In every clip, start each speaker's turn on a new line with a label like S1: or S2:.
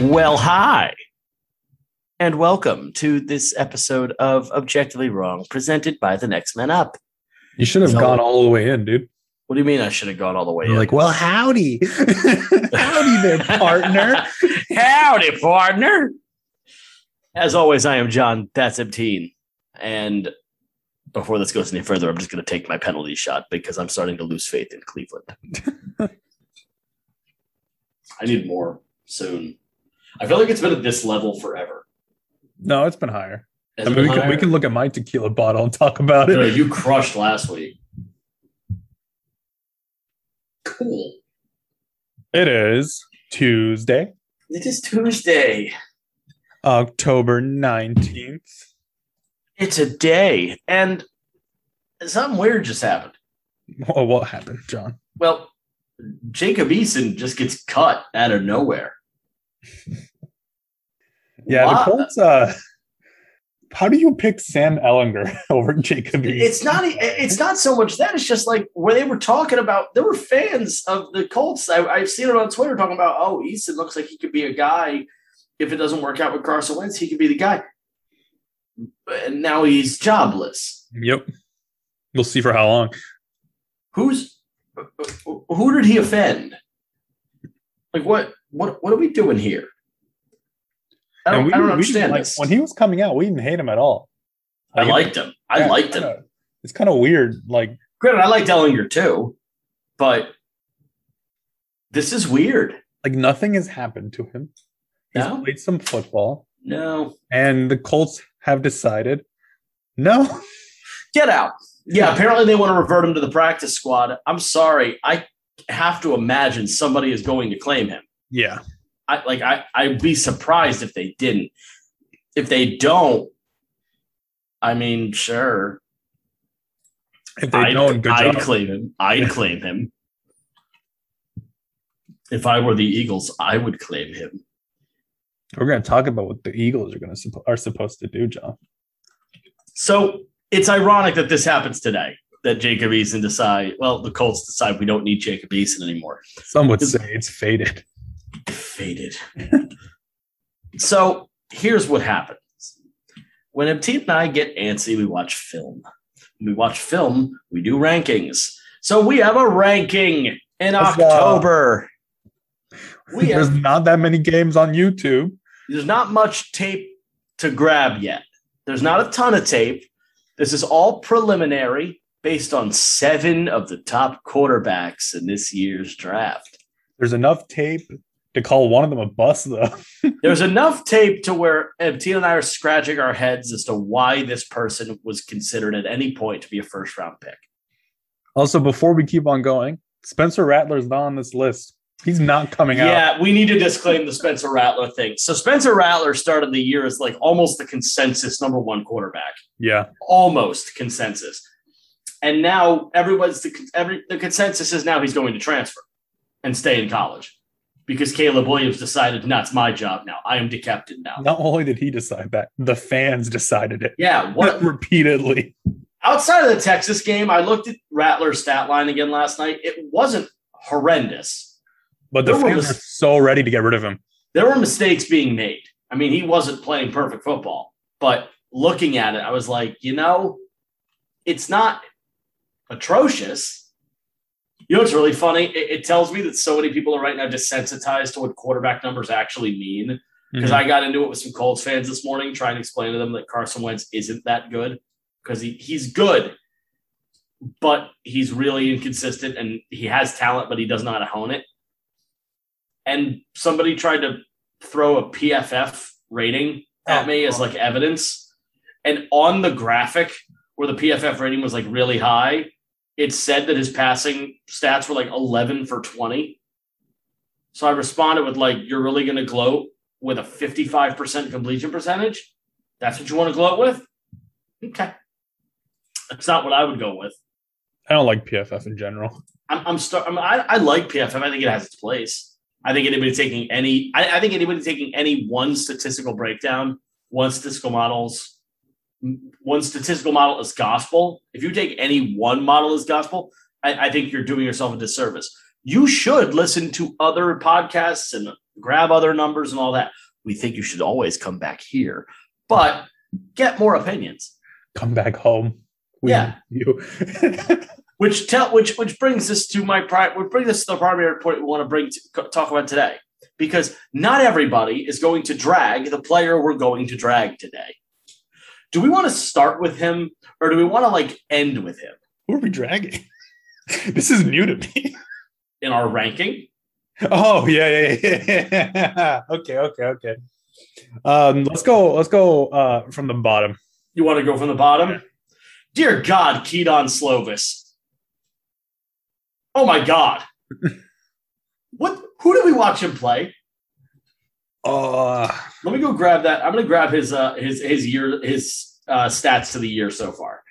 S1: Well, hi, and welcome to this episode of Objectively Wrong, presented by The Next Man Up.
S2: You should have
S1: So-
S2: gone all the way in, dude.
S1: What do you mean I should have gone all the way
S2: You're
S1: in?
S2: like, well, howdy. howdy there, partner.
S1: Howdy, partner. As always, I am John Tatsibteen. And before this goes any further, I'm just going to take my penalty shot because I'm starting to lose faith in Cleveland. I need more soon. I feel like it's been at this level forever.
S2: No, it's been higher.
S1: Has
S2: I
S1: it
S2: mean, we
S1: been
S2: can, we
S1: higher?
S2: can look at my tequila bottle and talk about
S1: No, no,
S2: it.
S1: you crushed last week. Cool.
S2: It is Tuesday,
S1: It is Tuesday.
S2: October 19th.
S1: It's a day. And something weird just happened.
S2: Oh, what happened, John?
S1: Well, Jacob Eason just gets cut out of nowhere.
S2: Yeah,
S1: Why?
S2: the Colts. Uh, how do you pick Sam Ellinger over Jacob Eason?
S1: It's not. e, It's not so much that. It's just like where they were talking about. There were fans of the Colts. I, I've seen it on Twitter talking about. Oh, Eason looks like he could be a guy. If it doesn't work out with Carson Wentz, he could be the guy. And now he's jobless.
S2: Yep. We'll see for how long.
S1: Who's who did he offend? Like what? What? What are we doing here? I don't,
S2: And we-
S1: I don't
S2: we didn't
S1: understand
S2: like-
S1: this.
S2: when he was coming out, we didn't hate him at all.
S1: I liked him. I
S2: yeah,
S1: liked him.
S2: kinda- It's kind of weird. Like,
S1: Granted, I like Dellinger too, but this is weird.
S2: like nothing has happened to him. He's
S1: No?
S2: played some football,
S1: No,
S2: and the Colts have decided, no,
S1: get out. Yeah, apparently they want to revert him to the practice squad. I'm sorry. I have to imagine somebody is going to claim him.
S2: yeah,
S1: I like I I'd be surprised if they didn't. If they don't, I mean, sure.
S2: if they
S1: I'd-
S2: don't, good
S1: I'd
S2: job.
S1: claim him. I'd claim him. If I were the Eagles, I would claim him.
S2: We're going to talk about what the Eagles are going to are supposed to do, John.
S1: So it's ironic that this happens today. That Jacob Eason decide, well, the Colts decide we don't need Jacob Eason anymore.
S2: Some would say it's faded.
S1: Faded. so here's what happens. When Abteep and I get antsy, we watch film. When we watch film, we do rankings. So we have a ranking in
S2: Huzzah.
S1: October. We
S2: There's
S1: have-
S2: not that many games on YouTube.
S1: there's not much tape to grab yet. There's not a ton of tape. This is all preliminary based on seven of the top quarterbacks in this year's draft.
S2: There's enough tape to call one of them a bust, though.
S1: There's enough tape to where Tina and I are scratching our heads as to why this person was considered at any point to be a first round pick.
S2: Also, before we keep on going, Spencer Rattler's not on this list. He's not coming out.
S1: Yeah, we need to disclaim the Spencer Rattler thing. So Spencer Rattler started the year as like almost the consensus number one quarterback.
S2: Yeah,
S1: almost consensus. And now everyone's the every the consensus is now he's going to transfer and stay in college because Caleb Williams decided, no, it's my job now. I am the captain now.
S2: not only did he decide that, the fans decided it
S1: Yeah, what
S2: repeatedly.
S1: outside of the Texas game, I looked at Rattler's stat line again last night. It wasn't horrendous.
S2: But the
S1: There
S2: fans
S1: was-
S2: are so ready to get rid of him.
S1: There were mistakes being made. I mean, he wasn't playing perfect football, but looking at it, I was like, you know, it's not atrocious. You know, it's really funny. It, it tells me that so many people are right now desensitized to what quarterback numbers actually mean. Because I got into it with some Colts fans this morning, trying to explain to them that Carson Wentz isn't that good because he, he's good, but he's really inconsistent and he has talent, but he does not hone it. And somebody tried to throw a PFF rating at me as like evidence. And on the graphic where the PFF rating was like really high, it said that his passing stats were like 11 for 20. So I responded with like, you're really going to gloat with a 55% completion percentage? That's what you want to gloat with? Okay. That's not what I would go with.
S2: I don't like PFF in general.
S1: I'm, I'm start. I'm, I, I like PFF. I think it has its place. I think anybody taking any, I, I think anybody taking any one statistical breakdown, one statistical models, m- one statistical model as gospel. If you take any one model as gospel, I, I think you're doing yourself a disservice. You should listen to other podcasts and grab other numbers and all that. We think you should always come back here, but get more opinions.
S2: Come back home. We
S1: Yeah.
S2: need You.
S1: Which tell which which brings this to my pri Which brings this to the primary point we want to bring to, talk about today, because not everybody is going to drag the player we're going to drag today. Do we want to start with him, or do we want to like end with him
S2: Who are we dragging? this is new to me.
S1: in our ranking?
S2: Oh yeah, yeah, yeah, yeah. okay, okay, okay. Um, let's go. Let's go uh, from the bottom.
S1: You want to go from the bottom? Dear God, Keaton Slovis. Oh my God. what? Who did we watch him play?
S2: Uh,
S1: Let me go grab that. I'm going to grab his uh, his his year his uh, stats to the year so far.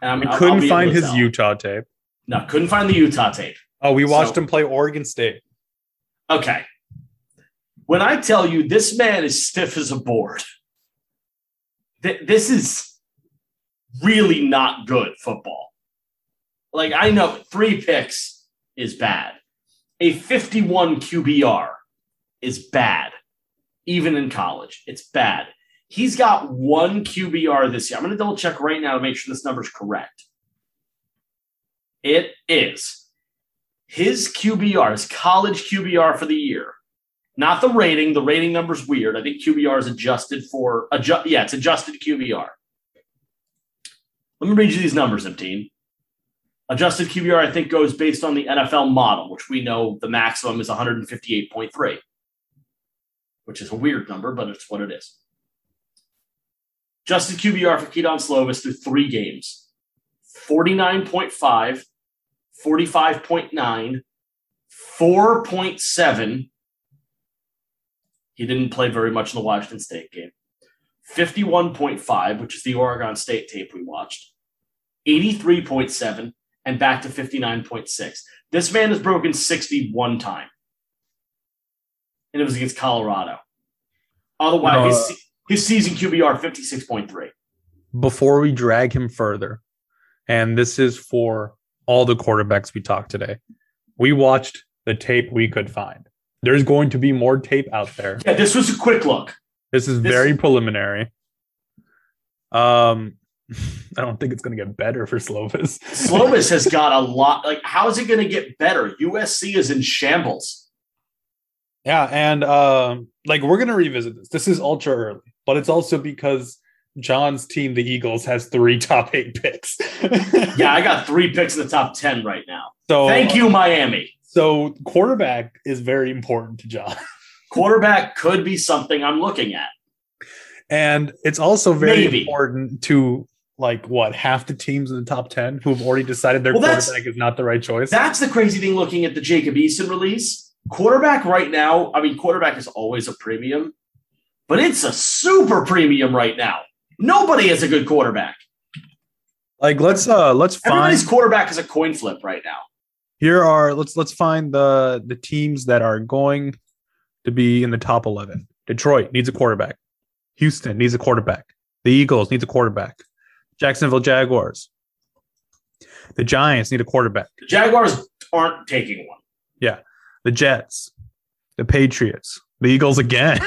S1: And I'm-
S2: I
S1: I'll- I'll
S2: couldn't
S1: be
S2: find
S1: able to
S2: his
S1: tell.
S2: Utah tape.
S1: No, couldn't find the Utah tape.
S2: Oh, we watched
S1: So-
S2: him play Oregon State.
S1: Okay. When I tell you this man is stiff as a board, th- this is really not good football. Like, I know three picks is bad, a 51 QBR is bad, even in college. It's bad. He's got one QBR this year. I'm going to double check right now to make sure this number's correct. It is his QBR, his college QBR for the year, not the rating. The rating number's weird. I think QBR is adjusted for adjust. Yeah, it's adjusted QBR. Let me read you these numbers, Empteen. Adjusted QBR, I think, goes based on the NFL model, which we know the maximum is 158.3, which is a weird number, but it's what it is. Adjusted QBR for Keaton Slovis through three games 49.5, 45.9, 4.7. He didn't play very much in the Washington State game. 51.5, which is the Oregon State tape we watched, 83.7, and back to 59.6. This man has broken 61 time. And it was against Colorado. Otherwise, his, se- his season QBR 56.3.
S2: Before we drag him further, and this is for all the quarterbacks we talked today. We watched the tape we could find. There's going to be more tape out there.
S1: Yeah, this was a quick look.
S2: This is
S1: This-
S2: very preliminary. Um, I don't think it's going to get better for Slovis.
S1: Slovis has got a lot. Like, how is it going to get better? USC is in shambles.
S2: Yeah, and um, like we're gonna revisit this. This is ultra early, but it's also because John's team, the Eagles, has three top eight picks.
S1: yeah, I got three picks in the top 10 right now.
S2: So
S1: Thank you, Miami.
S2: So quarterback is very important to John,
S1: Quarterback could be something I'm looking at.
S2: and it's also very
S1: Maybe.
S2: important to like what half the teams in the top ten who have already decided their
S1: Well, that's-
S2: quarterback is not the right choice.
S1: That's the crazy thing looking at the Jacob Eason release. Quarterback right now, I mean, quarterback is always a premium, but it's a super premium right now. Nobody is a good quarterback.
S2: like let's uh let's find
S1: Everybody's quarterback is a coin flip right now.
S2: here are let's let's find the the teams that are going to be in the top 11 detroit needs a quarterback houston needs a quarterback the eagles needs a quarterback jacksonville jaguars the giants need a quarterback
S1: The Jaguars aren't taking one.
S2: the jets the patriots the eagles again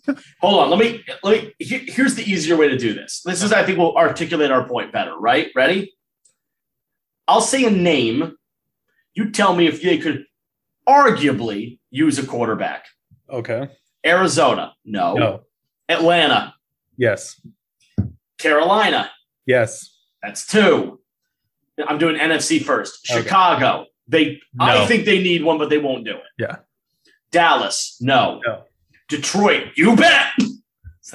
S1: Hold on, let me let me here- here's the easier way to do this. This is I think will articulate our point better, right? Ready? I'll say a name. You tell me if they could arguably use a quarterback.
S2: okay
S1: Arizona, no.
S2: no
S1: Atlanta,
S2: yes
S1: Carolina,
S2: yes
S1: that's two. I'm doing NFC first.
S2: Okay.
S1: Chicago, they I
S2: No.
S1: think they need one, but they won't do it.
S2: Yeah.
S1: Dallas, no.
S2: No.
S1: Detroit, you bet. So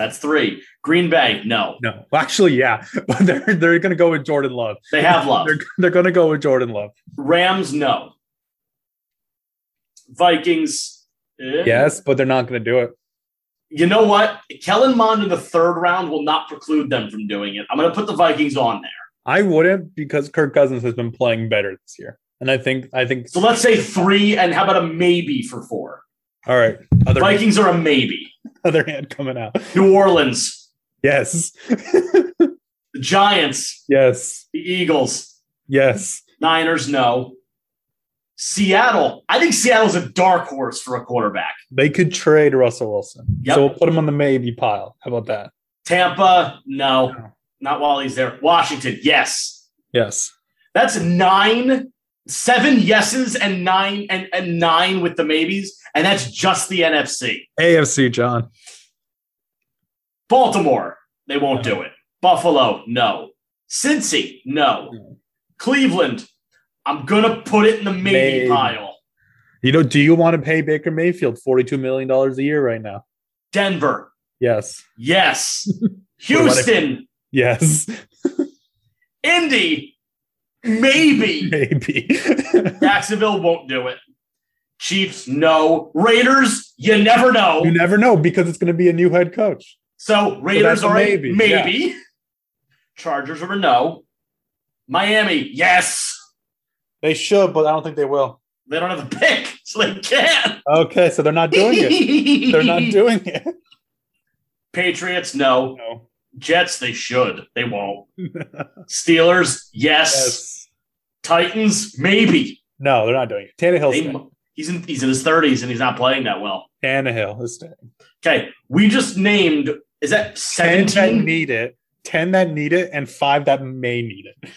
S1: that's three. Green Bay, no.
S2: no well, actually yeah but they're they're gonna go with jordan love
S1: They have love.
S2: they're, they're gonna go with jordan love
S1: Rams, no. Vikings, eh.
S2: yes but they're not gonna do it
S1: You know what? Kellen Mond in the third round will not preclude them from doing it. I'm going to put the Vikings on there.
S2: I wouldn't because Kirk Cousins has been playing better this year, and I think I think
S1: So let's say three, and how about a maybe for four?
S2: all right. Other
S1: Vikings are a maybe.
S2: other hand coming out.
S1: New Orleans,
S2: Yes,
S1: the Giants,
S2: yes,
S1: the Eagles,
S2: yes.
S1: Niners, no. Seattle. I think Seattle's a dark horse for a quarterback.
S2: They could trade Russell Wilson.
S1: Yep.
S2: So we'll put him on the maybe pile. How about that?
S1: Tampa, no,
S2: No.
S1: not while he's there. Washington, yes.
S2: Yes.
S1: That's nine, seven yeses and nine and, and nine with the maybes, and that's just the NFC.
S2: AFC, John.
S1: Baltimore, they won't do it. Buffalo, no. Cincy, no.
S2: No.
S1: Cleveland, I'm gonna put it in the maybe
S2: Maybe.
S1: pile.
S2: You know, do you want to pay Baker Mayfield $42 million a year right now?
S1: Denver,
S2: Yes.
S1: yes.
S2: about if-
S1: Houston,
S2: Yes.
S1: Indy, maybe.
S2: Maybe.
S1: Jacksonville won't do it. Chiefs, no. Raiders, you never
S2: you
S1: know.
S2: never know because it's going to be a new head coach.
S1: So
S2: that's
S1: Raiders
S2: a
S1: are a
S2: maybe,
S1: maybe. Chargers are a no. Miami, yes.
S2: They should, but I don't think they will.
S1: They don't have a pick, so they can't.
S2: Okay, so they're not doing it. They're not doing it.
S1: Patriots, no.
S2: No.
S1: Jets, they should. They won't. Steelers, yes.
S2: Yes.
S1: Titans, maybe.
S2: No, they're not doing it. Tannehill's
S1: They-
S2: staying.
S1: he's in he's in his thirties and he's not playing that well.
S2: Tannehill is staying.
S1: Okay, we just named is that
S2: 10 that
S1: seventeen?
S2: need it, 10 that need it, and five that may need it.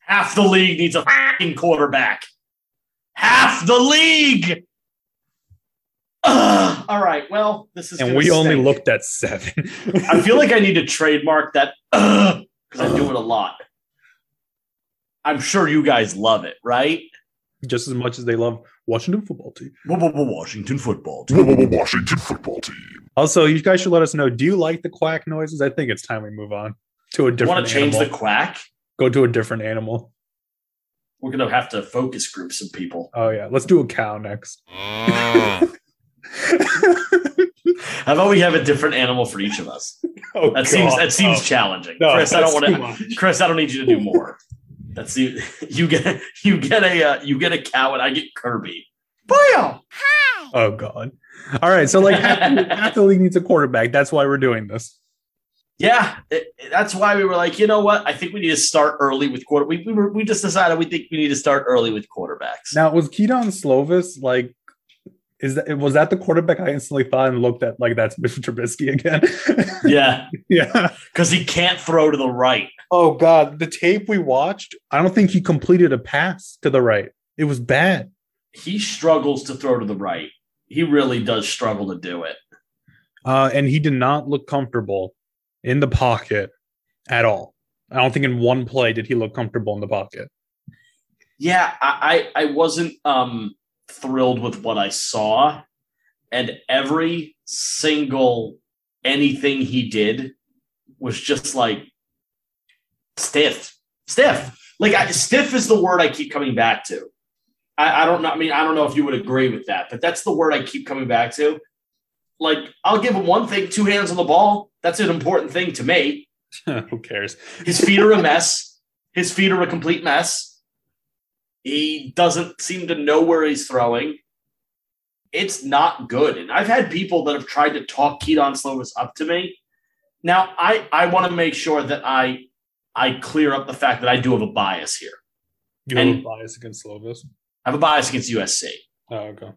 S1: Half the league needs a fucking quarterback. Half the league. Ugh. All right. Well, this is
S2: And
S1: gonna
S2: we only
S1: stink.
S2: looked at seven.
S1: I feel like I need to trademark that because I do it a lot. I'm sure you guys love it, right?
S2: Just as much as they love Washington football team.
S1: Washington football.
S3: Washington football team.
S2: Also, you guys should let us know. Do you like the quack noises? I think it's time we move on to a different
S1: Want to change the
S2: animal.
S1: quack?
S2: Go to a different animal.
S1: We're gonna have to focus group some people.
S2: Oh yeah, let's do a cow next.
S3: Ah.
S1: How about we have a different animal for each of us?
S2: Oh,
S1: That seems
S2: God.
S1: that seems
S2: Oh,
S1: challenging,
S2: no,
S1: Chris. I don't
S2: that's
S1: want
S2: too
S1: to.
S2: much.
S1: Chris, I don't need you to do more. That's the you get you get a uh, you get a cow and I get Kirby. Bam!
S2: Oh god. All right, so like half the- half the league needs a quarterback. That's why we're doing this.
S1: Yeah, it- it- that's why we were like, you know what? I think we need to start early with quarter. We we, were, we just decided we think we need to start early with quarterbacks.
S2: Now, was Keaton Slovis like? Is that was that the quarterback I instantly thought and looked at like that's Mitchell Trubisky again?
S1: Yeah,
S2: yeah.
S1: because he can't throw to the right.
S2: Oh god, the tape we watched. I don't think he completed a pass to the right. It was bad.
S1: He struggles to throw to the right. He really does struggle to do it.
S2: uh, and he did not look comfortable in the pocket at all. I don't think in one play did he look comfortable in the pocket.
S1: Yeah, I I, I wasn't um thrilled with what I saw, and every single anything he did was just like stiff, stiff. Like I, stiff is the word I keep coming back to. I, I don't know. I mean, I don't know if you would agree with that, but that's the word I keep coming back to. Like I'll give him one thing: two hands on the ball. That's an important thing to me.
S2: Who cares?
S1: His feet are a mess. His feet are a complete mess. He doesn't seem to know where he's throwing. It's not good. And I've had people that have tried to talk Keaton Slovis up to me. Now, I, I want to make sure that I I clear up the fact that I do have a bias here.
S2: You have a
S1: And-
S2: bias against Slovis.
S1: I have a bias against USC.
S2: Oh, okay.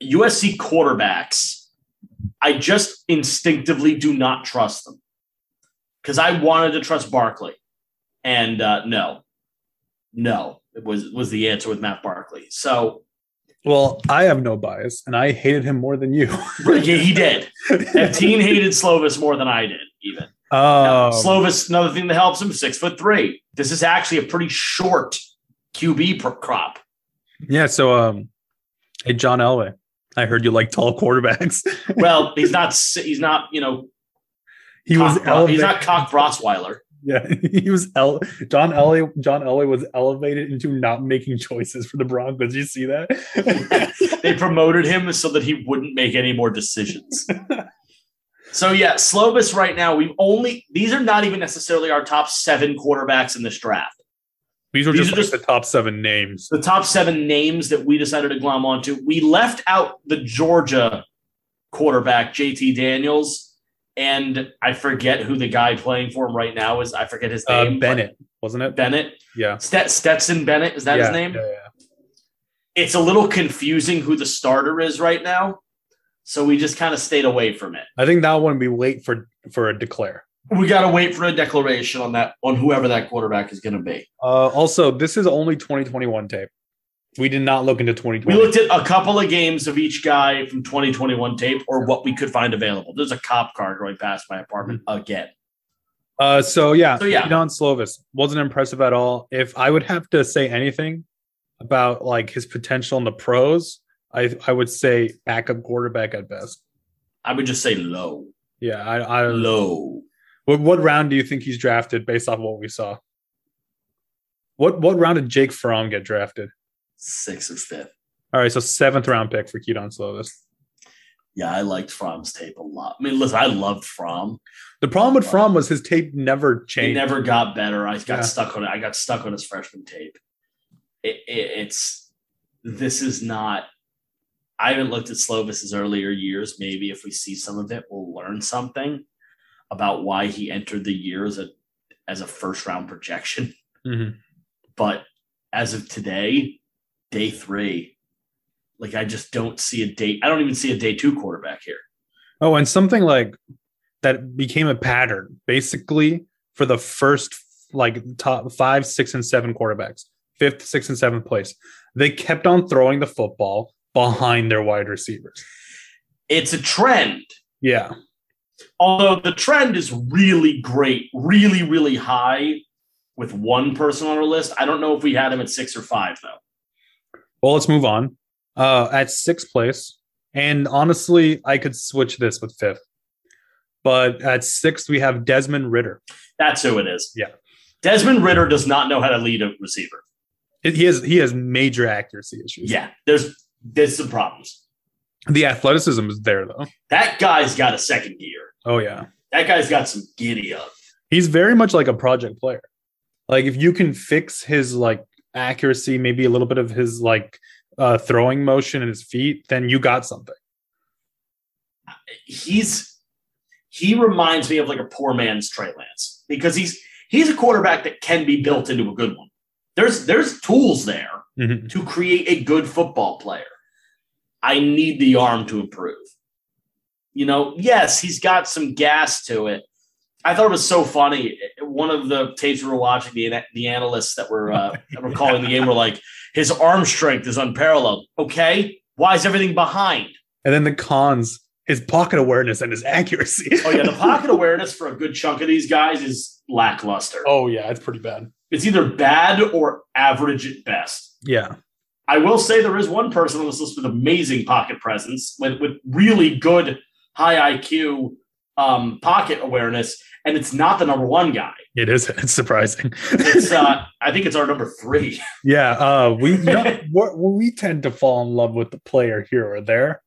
S1: USC quarterbacks, I just instinctively do not trust them because I wanted to trust Barkley, and uh, no, no, it was was the answer with Matt Barkley. So
S2: Well, I have no bias, and I hated him more than you.
S1: yeah, he did. Epteen hated Slovis more than I did, even.
S2: Oh,
S1: Slovis, another thing that helps him, six foot three. This is actually a pretty short QB pro- crop.
S2: yeah. So, um, hey, John Elway, I heard you like tall quarterbacks.
S1: Well, he's not. s- He's not. You know,
S2: he was
S1: cock, Bro- he's
S2: elevated.
S1: not Cock Brosweiler.
S2: yeah, he was. Ele- John Elway. John Elway was elevated into not making choices for the Broncos. Did you see that?
S1: they promoted him so that he wouldn't make any more decisions. so yeah, Slovis right now, we've only these are not even necessarily our top seven quarterbacks in this draft.
S2: These were
S1: These
S2: just,
S1: are
S2: like,
S1: just-
S2: the top seven names.
S1: The top seven names that we decided to glom onto. We left out the Georgia quarterback, JT Daniels, and I forget who the guy playing for him right now is. I forget his
S2: Uh,
S1: name. but
S2: Bennett, wasn't it?
S1: Bennett.
S2: Yeah.
S1: Stet- Stetson Bennett, is that
S2: yeah,
S1: his name?
S2: Yeah, yeah.
S1: it's a little confusing who the starter is right now. So we just kind of stayed away from it.
S2: I think that one we wait for for a declare.
S1: We got to wait for a declaration on that on whoever that quarterback is going to be.
S2: Uh, also, this is only 2021 tape. We did not look into 2020.
S1: We looked at a couple of games of each guy from 2021 tape or what we could find available. There's a cop car going past my apartment again.
S2: Uh, so yeah,
S1: So, yeah.
S2: Don Slovis wasn't impressive at all. If I would have to say anything about like his potential in the pros, I I would say backup quarterback at best.
S1: I would just say low,
S2: Yeah, I, I don't know.
S1: low.
S2: What, what round do you think he's drafted based off of what we saw? What what round did Jake Fromm get drafted?
S1: sixth or fifth.
S2: All right, so seventh round pick for Keaton Slovis.
S1: Yeah, I liked Fromm's tape a lot. I mean, listen, I loved Fromm.
S2: The problem with Fromm was his tape never
S1: It
S2: changed.
S1: never got better. I got
S2: Yeah.
S1: stuck on it. I got stuck on his freshman tape. It, it, it's this is not. I haven't looked at Slovis's earlier years. Maybe if we see some of it, we'll learn something about why he entered the year as a as a first round projection.
S2: Mhm.
S1: But as of today, day three, like I just don't see a day. I don't even see a day two quarterback here.
S2: Oh, and something like that became a pattern basically for the first like top five, six, and seven quarterbacks, fifth, sixth, and seventh place. They kept on throwing the football behind their wide receivers.
S1: It's a trend.
S2: Yeah.
S1: although the trend is really great, really, really high with one person on our list. I don't know if we had him at six or five, though.
S2: Well, let's move on. Uh, at sixth place, and honestly, I could switch this with fifth, but at sixth we have Desmond Ritter.
S1: That's who it is.
S2: Yeah.
S1: Desmond Ritter does not know how to lead a receiver.
S2: He has he has major accuracy issues.
S1: Yeah. There's there's some problems.
S2: the athleticism is there though.
S1: That guy's got a second gear.
S2: Oh yeah.
S1: That guy's got some giddy up.
S2: he's very much like a project player like if you can fix his like accuracy maybe a little bit of his like uh throwing motion and his feet then you got something
S1: He's he reminds me of like a poor man's Trey Lance because he's he's a quarterback that can be built into a good one. There's there's tools there. to create a good football player. I need the arm to improve. You know, yes, he's got some gas to it. I thought it was so funny. One of the tapes we were watching, the, the analysts that were uh, that were calling the game were like, "His arm strength is unparalleled." Okay, why is everything behind?
S2: and then the cons his pocket awareness and his accuracy
S1: Oh yeah, the pocket awareness for a good chunk of these guys is lackluster.
S2: oh yeah it's pretty bad
S1: It's either bad or average at best.
S2: yeah
S1: I will say there is one person on this list with amazing pocket presence, with, with really good high IQ um, pocket awareness, and it's not the number one guy.
S2: it is it's surprising
S1: It's uh, I think it's our number three.
S2: yeah uh we no, we're- we tend to fall in love with the player here or there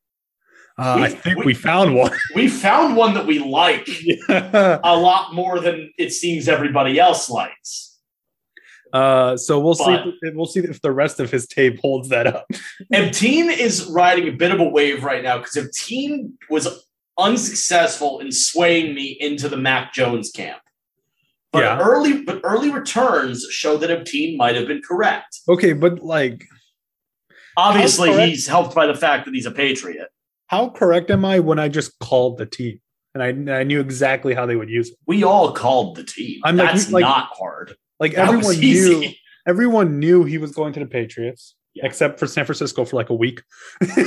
S2: uh, i
S1: We-
S2: think
S1: we-
S2: we found one
S1: We found one that we like
S2: yeah.
S1: a lot more than it seems everybody else likes.
S2: Uh, so we'll
S1: But-
S2: see. If, we'll see if the rest of his tape holds that up.
S1: Ebteen is riding a bit of a wave right now because Ebteen was unsuccessful in swaying me into the Mac Jones camp. But
S2: Yeah.
S1: early but early returns show that Ebteen might have been correct.
S2: Okay, but like,
S1: Obviously,
S2: That's correct.
S1: he's helped by the fact that he's a Patriot.
S2: how correct am I when I just called the team and I, and I knew exactly how they would use it?
S1: We all called the team.
S2: I'm like-
S1: That's
S2: like-
S1: not hard.
S2: Like
S1: That was
S2: everyone
S1: easy.
S2: knew, everyone knew he was going to the Patriots,
S1: Yeah.
S2: except for San Francisco for like a week.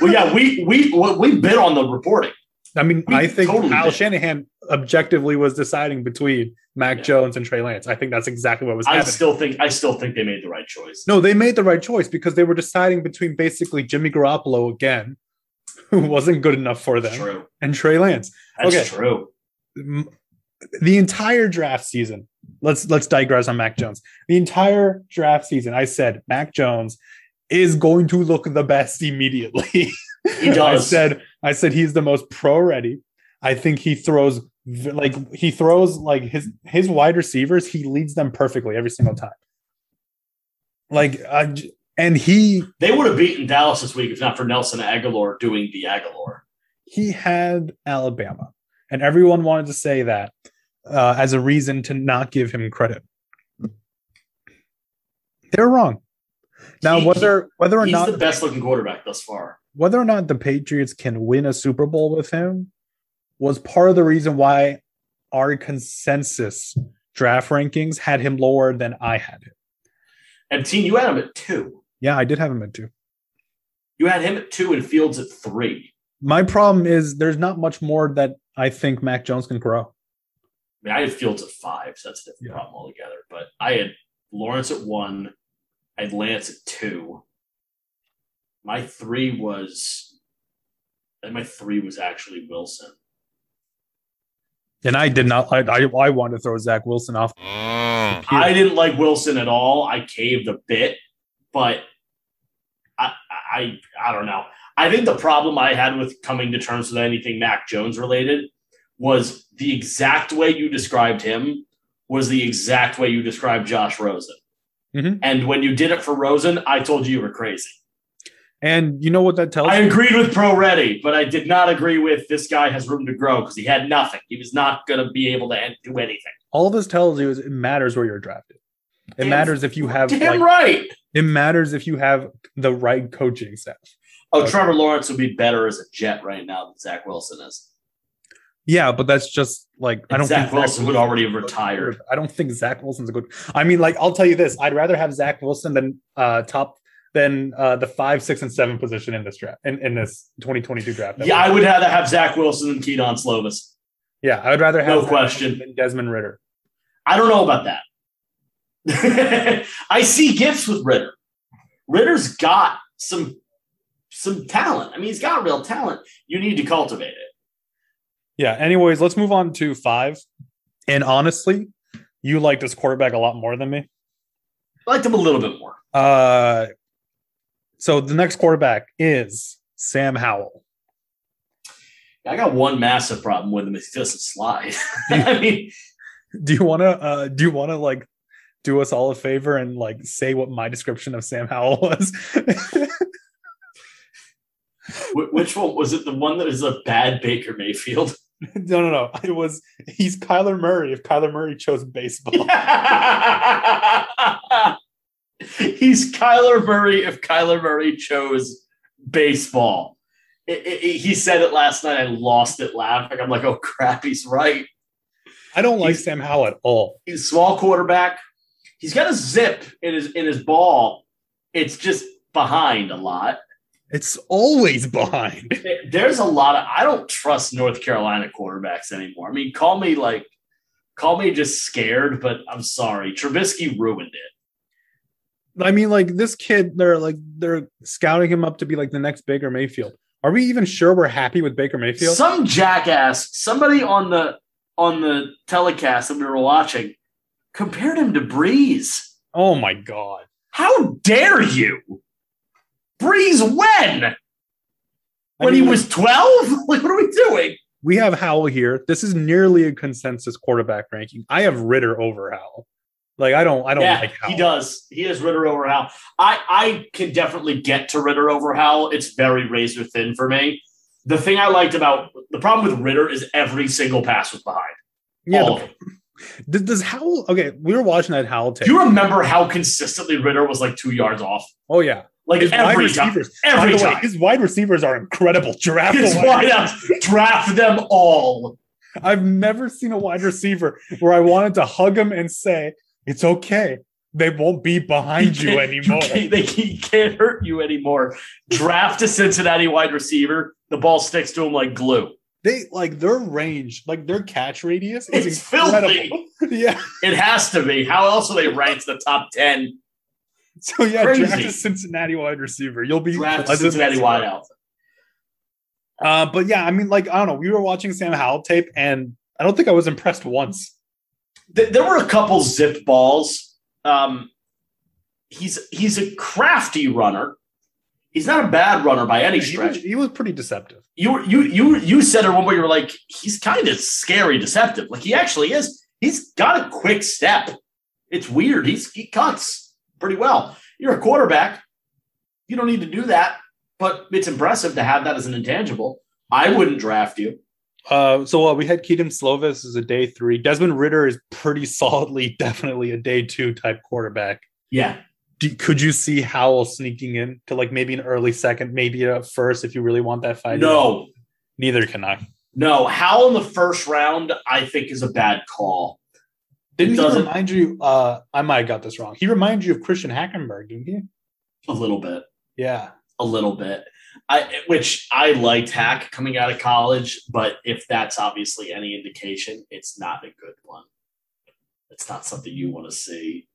S1: Well, yeah, we we we bit on the reporting.
S2: I mean,
S1: we
S2: I think
S1: totally
S2: Al
S1: did.
S2: Shanahan objectively was deciding between Mac
S1: Yeah.
S2: Jones and Trey Lance. I think that's exactly what was
S1: I
S2: happening.
S1: still think I still think they made the right choice.
S2: No, they made the right choice because they were deciding between basically Jimmy Garoppolo again, who wasn't good enough for
S1: That's
S2: them,
S1: true.
S2: and Trey Lance.
S1: That's
S2: Okay.
S1: true.
S2: m- the entire draft season. Let's let's digress on Mac Jones. The entire draft season, I said Mac Jones is going to look the best immediately.
S1: He does.
S2: I said I said he's the most pro ready. I think he throws v- like he throws like his his wide receivers. He leads them perfectly every single time. Like I j- and he
S1: They would have beaten Dallas this week if not for Nelson Aguilar doing the Aguilar.
S2: he had Alabama, and everyone wanted to say that uh, as a reason to not give him credit. They're wrong. Now
S1: He-
S2: whether whether or
S1: He's
S2: not
S1: the best looking quarterback thus far.
S2: whether or not the Patriots can win a Super Bowl with him was part of the reason why our consensus draft rankings had him lower than I had him.
S1: And team, you had him at two.
S2: Yeah, I did have him at two.
S1: You had him at two and Fields at three.
S2: My problem is there's not much more that I think Mac Jones can grow.
S1: I mean, I had Fields at five, so that's a different
S2: Yeah.
S1: problem altogether. But I had Lawrence at one, I had Lance at two. My three was, and my three was actually Wilson.
S2: And I did not. I I, I wanted to throw Zach Wilson off. Yeah.
S1: I didn't like Wilson at all. I caved a bit, but I, I, I don't know. I think the problem I had with coming to terms with anything Mac Jones related was the exact way you described him was the exact way you described Josh Rosen.
S2: Mhm.
S1: And when you did it for Rosen, I told you you were crazy.
S2: And you know what that tells
S1: I
S2: me?
S1: agreed with Pro Ready, but I did not agree with this guy has room to grow because he had nothing. He was not going to be able to en- do anything.
S2: All this tells you is it matters where you're drafted. It
S1: Damn-
S2: matters if you have
S1: Damn
S2: like,
S1: right.
S2: it matters if you have the right coaching staff.
S1: Oh,
S2: Okay.
S1: Trevor Lawrence would be better as a Jet right now than Zach Wilson is.
S2: Yeah, but that's just like I
S1: And
S2: don't
S1: Zach
S2: think
S1: Wilson would already have
S2: Wilson's a good
S1: retired.
S2: quarterback. I don't think Zach Wilson's a good. I mean, like I'll tell you this: I'd rather have Zach Wilson than uh top than uh the five, six, and seven position in this draft in, in this 2022 draft.
S1: Yeah, I would rather have Zach Wilson than Keaton Slovis.
S2: yeah, I would rather have
S1: No
S2: Zach
S1: question.
S2: Wilson than Desmond Ritter.
S1: I don't know about that. I see gifts with Ritter. Ritter's got some some talent. I mean, he's got real talent. You need to cultivate it.
S2: Yeah. Anyways, let's move on to five. And honestly, you like this quarterback a lot more than me.
S1: I liked him a little bit more.
S2: Uh, so the next quarterback is Sam Howell.
S1: I got one massive problem with him is he doesn't slide. I mean,
S2: Do you want to? Uh, do you want to like do us all a favor and like say what my description of Sam Howell was?
S1: wh- which one was it? The one that is a bad Baker Mayfield.
S2: no, no, no. It was he's Kyler Murray. If Kyler Murray chose baseball,
S1: He's Kyler Murray if Kyler Murray chose baseball. I- I- I- he said it last night. I lost it laughing. I'm like, oh crap, he's right.
S2: I don't like
S1: He's-
S2: Sam Howell at all.
S1: He's a small quarterback. He's got a zip in his in his ball. It's just behind a lot.
S2: It's always behind.
S1: There- There's a lot of I don't trust North Carolina quarterbacks anymore. I mean, call me like call me just scared, but I'm sorry. Trubisky ruined it.
S2: I mean, like this kid, they're like they're scouting him up to be like the next Baker Mayfield. Are we even sure we're happy with Baker Mayfield?
S1: Some jackass, somebody on the on the telecast that we were watching, compared him to Breeze.
S2: oh my god.
S1: How dare you? Breeze when?
S2: I
S1: When he
S2: mean,
S1: was 12? Like, what are we doing?
S2: we have Howell here. This is nearly a consensus quarterback ranking. I have Ritter over Howell. Like I don't I don't
S1: yeah,
S2: like Howell.
S1: he does. He is Ritter over Howell. I, I can definitely get to Ritter over Howell. It's very razor thin for me. The thing I liked about the problem with Ritter is every single pass was behind.
S2: Yeah,
S1: All
S2: the-
S1: of it.
S2: does, does Howell okay, we were watching that Howell tape.
S1: Do you remember how consistently Ritter was like two yards off?
S2: oh yeah.
S1: Like
S2: His wide
S1: every time.
S2: receivers. By
S1: Every
S2: the way,
S1: time.
S2: his wide receivers are incredible. Giraffe.
S1: His wideouts, draft them all.
S2: I've never seen a wide receiver where I wanted to hug him and say, It's okay. They won't be behind you
S1: can't-
S2: anymore.
S1: can't- they can't- can't hurt you anymore. Draft a Cincinnati wide receiver. The ball sticks to him like glue.
S2: they like their range, like their catch radius is
S1: It's
S2: incredible. yeah.
S1: It has to be. How else are they ranked the top 10?
S2: So yeah, draft
S1: Crazy.
S2: a Cincinnati wide receiver. You'll be
S1: Draft a
S2: pleasantly
S1: Cincinnati
S2: surprised.
S1: wideout.
S2: Uh, but yeah, I mean, like I don't know. We were watching Sam Howell tape, and I don't think I was impressed once.
S1: Th- There were a couple zip balls. Um, he's he's a crafty runner. He's not a bad runner by any
S2: He was,
S1: stretch.
S2: he was pretty deceptive.
S1: You you you you said at one point you were like he's kind of scary, deceptive. Like he actually is. He's got a quick step. It's weird. He's he cuts pretty well. You're a quarterback. You don't need to do that, but it's impressive to have that as an intangible. I wouldn't draft you.
S2: Uh, so uh, we had Keaton Slovis as a day three. Desmond Ritter is pretty solidly, definitely a day two type quarterback.
S1: Yeah,
S2: do, could you see Howell sneaking in to like maybe an early second, maybe a first if you really want that fight?
S1: No,
S2: neither can I.
S1: no. Howell in the first round, I think, is a bad call.
S2: Didn't he
S1: doesn't-
S2: remind you? Uh, I might have got this wrong. He reminded you of Christian Hackenberg, didn't he?
S1: A little bit,
S2: Yeah,
S1: a little bit. I which I liked Hack coming out of college, but if that's obviously any indication, it's not a good one. It's not something you want to see.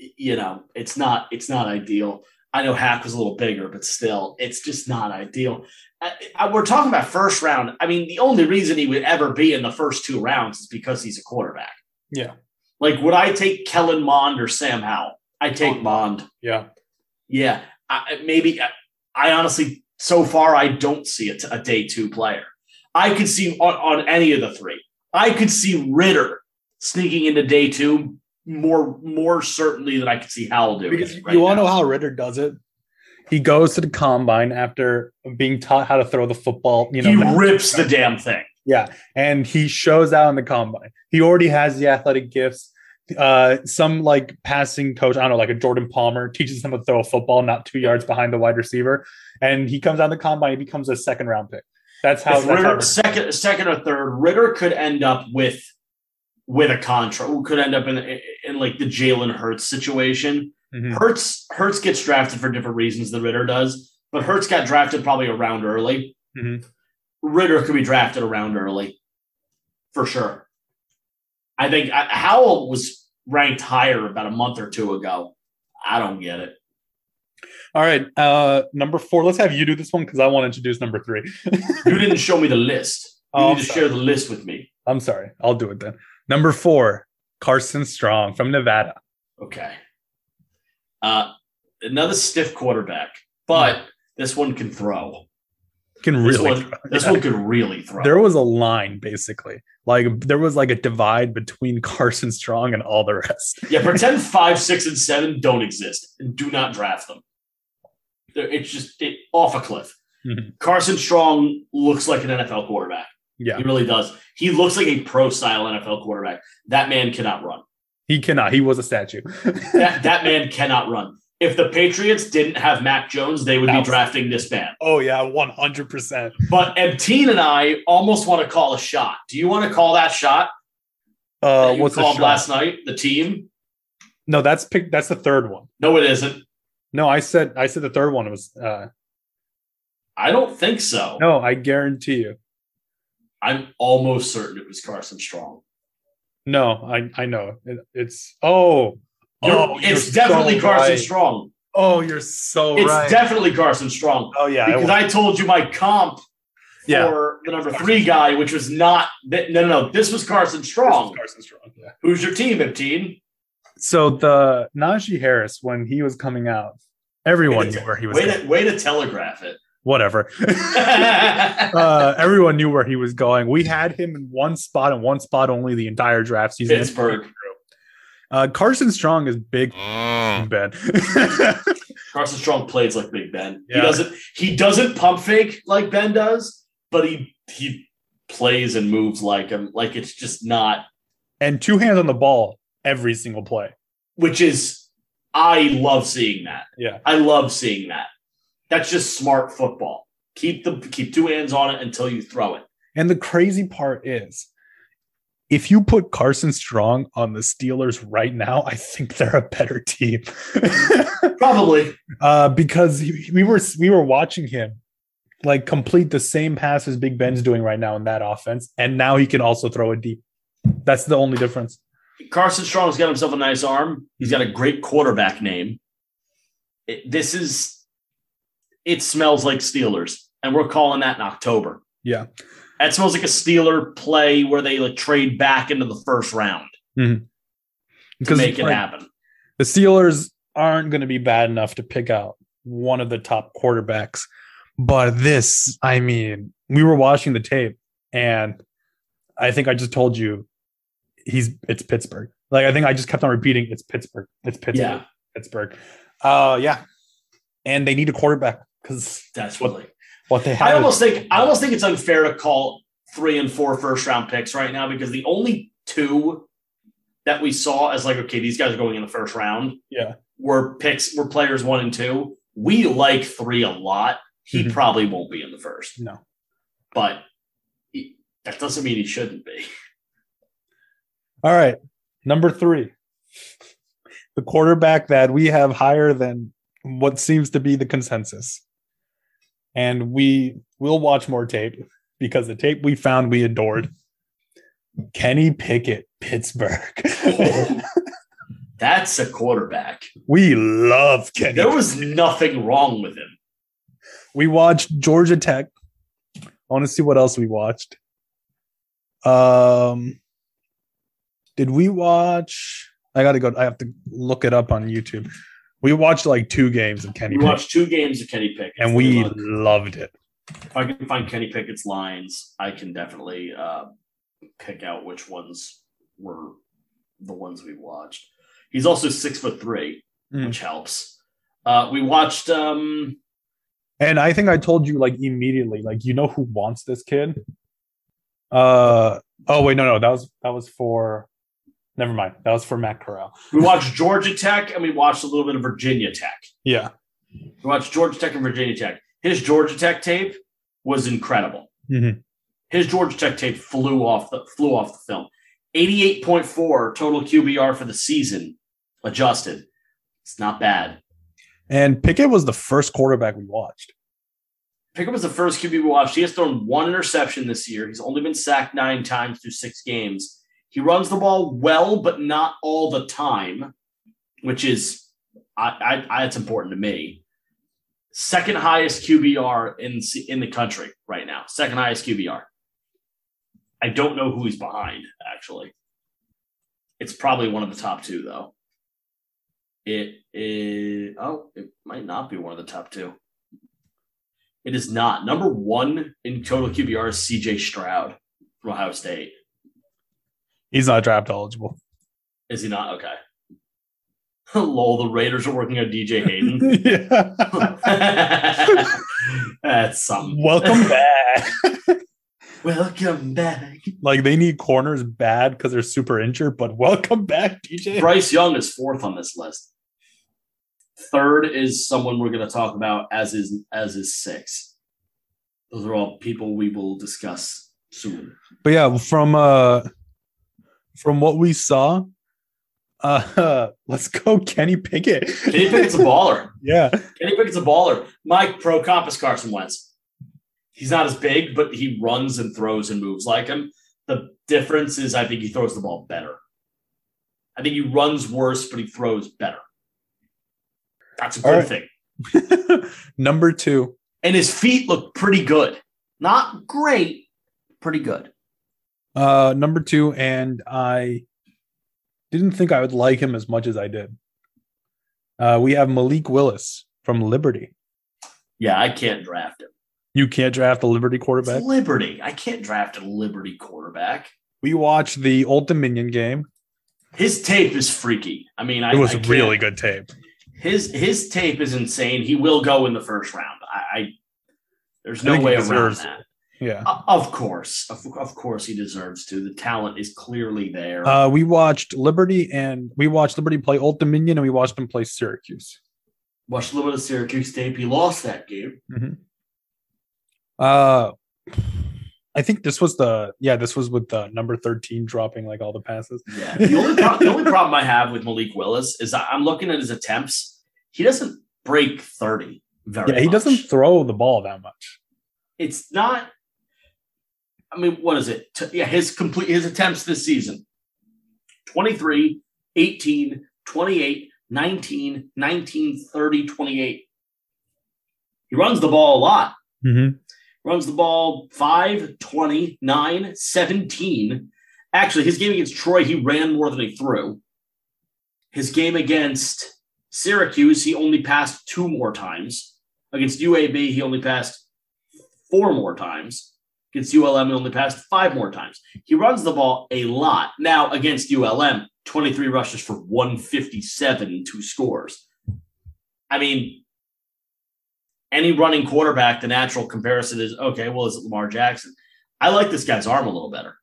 S1: Y- You know, it's not it's not ideal. I know Hack was a little bigger, but still, it's just not ideal. I, I- we're talking about first round. I mean, the only reason he would ever be in the first two rounds is because he's a quarterback.
S2: yeah,
S1: Like, would I take Kellen Mond or Sam Howell? I take Mond.
S2: yeah.
S1: Yeah, I, I- maybe. I, I honestly, so far, I don't see a, t- a day two player. I could see on, on any of the three. I could see Ritter sneaking into day two more more certainly than I could see Howell doing.
S2: Because
S1: it
S2: you
S1: right
S2: want to
S1: now.
S2: know how Ritter does it. He goes to the combine after being taught how to throw the football. You know,
S1: he
S2: that-
S1: rips the damn thing.
S2: Yeah, and he shows out in the combine. He already has the athletic gifts. Uh, some like passing coach, I don't know, like a Jordan Palmer, teaches him to throw a football not two yards behind the wide receiver, and he comes out in the combine. He becomes a second round pick. That's how.
S1: If
S2: That's how
S1: Ritter, second, second or third, Ritter could end up with with a contract. Could end up in in, like the Jalen Hurts situation.
S2: Mhm.
S1: Hertz Hertz gets drafted for different reasons than Ritter does, but Hertz got drafted probably a round early.
S2: Mhm.
S1: Ritter could be drafted a round early, for sure. I think I, Howell was ranked higher about a month or two ago. I don't get it.
S2: All right, uh, number four. Let's have you do this one because I want to introduce number three.
S1: You didn't show me the list. You
S2: Oh, I'm
S1: need to
S2: sorry.
S1: share the list with me.
S2: I'm sorry, I'll do it then. Number four, Carson Strong from Nevada.
S1: Okay. Uh, another stiff quarterback, but this one can throw.
S2: Can
S1: This
S2: Hmm. really.
S1: one, this
S2: Yeah.
S1: one could really throw.
S2: there was a line basically like there was like a divide between carson strong and all the rest
S1: Yeah, pretend five, six, and seven don't exist and do not draft them. They're- It's just it, off a cliff.
S2: Mhm.
S1: Carson Strong looks like an NFL quarterback.
S2: yeah
S1: He really does. He looks like a pro style NFL quarterback. That man cannot run.
S2: he cannot he was a statue
S1: That, that man cannot run. If the Patriots didn't have Mac Jones, they would be
S2: Ouch.
S1: drafting this man.
S2: oh yeah 100%
S1: But Ebteen and I almost want to call a shot. Do you want to call that shot that
S2: uh
S1: you
S2: what's the
S1: called
S2: shot?
S1: last night? The team?
S2: no that's pick that's the third one
S1: No, it isn't.
S2: no i said i said the third one was uh
S1: I don't think so.
S2: no i guarantee you
S1: I'm almost certain it was Carson Strong.
S2: no i i know it, it's oh
S1: You're-
S2: oh, you're
S1: it's definitely
S2: so
S1: Carson
S2: right.
S1: Strong.
S2: oh you're so
S1: It's
S2: right
S1: definitely Carson Strong
S2: oh yeah it
S1: because
S2: was-
S1: I told you my comp
S2: yeah
S1: for the number three guy, which was not th- no, no, no. This was Carson
S2: This was
S1: Strong.
S2: carson strong yeah
S1: Who's your team, Epteen?
S2: So the Najee Harris, when he was coming out, everyone
S1: Wait a
S2: knew where he was.
S1: Way
S2: Going.
S1: to, way to telegraph it.
S2: Whatever. uh, everyone knew where he was going. We had him in one spot and one spot only the entire draft season.
S1: Pittsburgh.
S2: Uh, Carson Strong is big
S3: Mm.
S2: Ben.
S1: Carson Strong plays like Big Ben. He
S2: Yeah.
S1: doesn't. He doesn't pump fake like Ben does, but he he plays and moves like him. Like it's just not
S2: and two hands on the ball every single play.
S1: which is I love seeing that.
S2: Yeah.
S1: I love seeing that. That's just smart football. Keep the keep two hands on it until you throw it.
S2: And the crazy part is, if you put Carson Strong on the Steelers right now, I think they're a better team.
S1: Probably.
S2: uh, because he- we were we were watching him like complete the same pass as Big Ben's doing right now in that offense, and now he can also throw it deep. That's the only difference.
S1: Carson Strong's got himself a nice arm. He's got a great quarterback name. It- this is it smells like Steelers, and we're calling that in October.
S2: Yeah.
S1: That smells like a Steeler play where they like trade back into the first round to
S2: Because
S1: make it
S2: like,
S1: happen.
S2: the Steelers aren't going to be bad enough to pick out one of the top quarterbacks. But this, I mean, we were watching the tape, and I think I just told you he's it's Pittsburgh. Like I think I just kept on repeating it's Pittsburgh, it's Pittsburgh,
S1: Yeah.
S2: Pittsburgh. Uh, yeah, and they need a quarterback because
S1: That's really
S2: what they have.
S1: I
S2: is-
S1: almost think I almost think it's unfair to call three and four first round picks right now because the only two that we saw as like okay these guys are going in the first round
S2: Yeah.
S1: were picks were players one and two. We like three a lot. He
S2: Mhm.
S1: probably won't be in the first,
S2: No.
S1: but he, that doesn't mean he shouldn't be.
S2: All right. Number three. The quarterback that we have higher than what seems to be the consensus. And we will watch more tape because the tape we found we adored. Kenny Pickett, Pittsburgh.
S1: That's a quarterback.
S2: we love Kenny.
S1: There was nothing wrong with him.
S2: We watched Georgia Tech. I want to see what else we watched. Um, did we watch? I gotta go. I have to look it up on YouTube. We watched like two games of Kenny
S1: We
S2: Pickett,
S1: watched two games of Kenny Pickett,
S2: and we
S1: Look,
S2: loved it.
S1: if I can find Kenny Pickett's lines, I can definitely uh, pick out which ones were the ones we watched. He's also six foot three,
S2: Mm.
S1: which helps. Uh, we watched um,
S2: And I think I told you like immediately, like you know who wants this kid? Uh oh, wait, no, no, that was that was for. Never mind, that was for Matt Corral.
S1: we watched Georgia Tech and we watched a little bit of Virginia Tech.
S2: Yeah,
S1: We watched Georgia Tech and Virginia Tech. His Georgia Tech tape was incredible.
S2: Mhm.
S1: His Georgia Tech tape flew off the flew off the film. 88.4 total QBR for the season adjusted. It's not bad.
S2: and Pickett was the first quarterback we watched.
S1: Pickup was the first QB we watched. He has thrown one interception this year. He's only been sacked nine times through six games. He runs the ball well, but not all the time, which is I, I, I it's important to me. Second highest QBR in C- in the country right now. Second highest QBR. I don't know who he's behind actually. It's probably one of the top two though. It is oh, it might not be one of the top two. It is not. Number one in total QBR is CJ Stroud from Ohio State.
S2: He's not draft eligible.
S1: Is he not? Okay. Lol, the Raiders are working on DJ Hayden.
S2: yeah.
S1: That's something.
S2: Welcome back.
S1: Welcome back.
S2: like they need corners bad because they're super injured, but welcome back, DJ.
S1: Bryce Young is fourth on this list. Third is someone we're going to talk about, as is as is six. Those are all people we will discuss soon.
S2: But yeah, from uh from what we saw, uh let's go Kenny Pickett.
S1: Kenny Pickett's a baller.
S2: yeah.
S1: Kenny Pickett's a baller. My pro comp is Carson Wentz. He's not as big, but he runs and throws and moves like him. The difference is I think he throws the ball better. I think he runs worse, but he throws better. That's a good
S2: All right.
S1: thing.
S2: Number two,
S1: And his feet look pretty good. Not great, pretty good.
S2: uh number two, and I didn't think I would like him as much as I did. Uh we have Malik Willis from Liberty.
S1: Yeah, I can't draft him.
S2: You can't draft a Liberty
S1: It's
S2: quarterback.
S1: Liberty. I can't draft a Liberty quarterback.
S2: We watched the Old Dominion game.
S1: His tape is freaky. I mean, I
S2: It was
S1: I can't-
S2: really good tape.
S1: His his tape is insane. He will go in the first round. I, I there's
S2: I
S1: no
S2: think he
S1: way around
S2: deserves
S1: that.
S2: Yeah.
S1: O- Of course, of, of course, he deserves to. The talent is clearly there.
S2: Uh, we watched Liberty and we watched Liberty play Old Dominion and we watched them play Syracuse.
S1: Watched a little bit of Syracuse tape. He lost that game.
S2: Uh, I think this was the yeah this was with the number thirteen dropping like all the passes.
S1: Yeah. The only, pro- the only problem I have with Malik Willis is I- I'm looking at his attempts. He doesn't break thirty very.
S2: yeah, he
S1: much.
S2: doesn't throw the ball that much.
S1: It's not. I mean, what is it? T- yeah, his complete his attempts this season 23, 18, 28, 19, 19, 30, 28. He runs the ball a lot.
S2: Mm-hmm.
S1: Runs the ball 5, 20, 9, 17. Actually, his game against Troy, he ran more than he threw. His game against Syracuse, he only passed two more times. Against UAB, he only passed four more times. Against ULM, he only passed five more times. He runs the ball a lot. Now, against ULM, 23 rushes for 157 and two scores. I mean, any running quarterback, the natural comparison is okay, well, is it Lamar Jackson? I like this guy's arm a little better.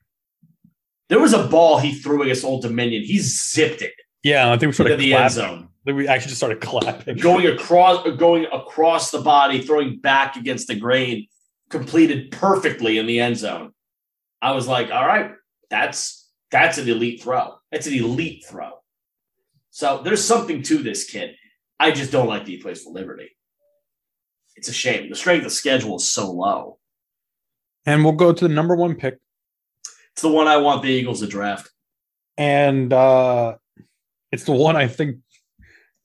S1: There was a ball he threw against Old Dominion. He zipped it
S2: Yeah, I think we should
S1: into
S2: have
S1: the end
S2: clapped.
S1: zone.
S2: Then we actually just started clapping.
S1: going across going across the body, throwing back against the grain, completed perfectly in the end zone. I was like, all right, that's that's an elite throw. That's an elite throw. So there's something to this kid. I just don't like that he plays for Liberty. It's a shame. The strength of schedule is so low.
S2: And we'll go to the number one pick.
S1: It's the one I want the Eagles to draft.
S2: And uh it's the one I think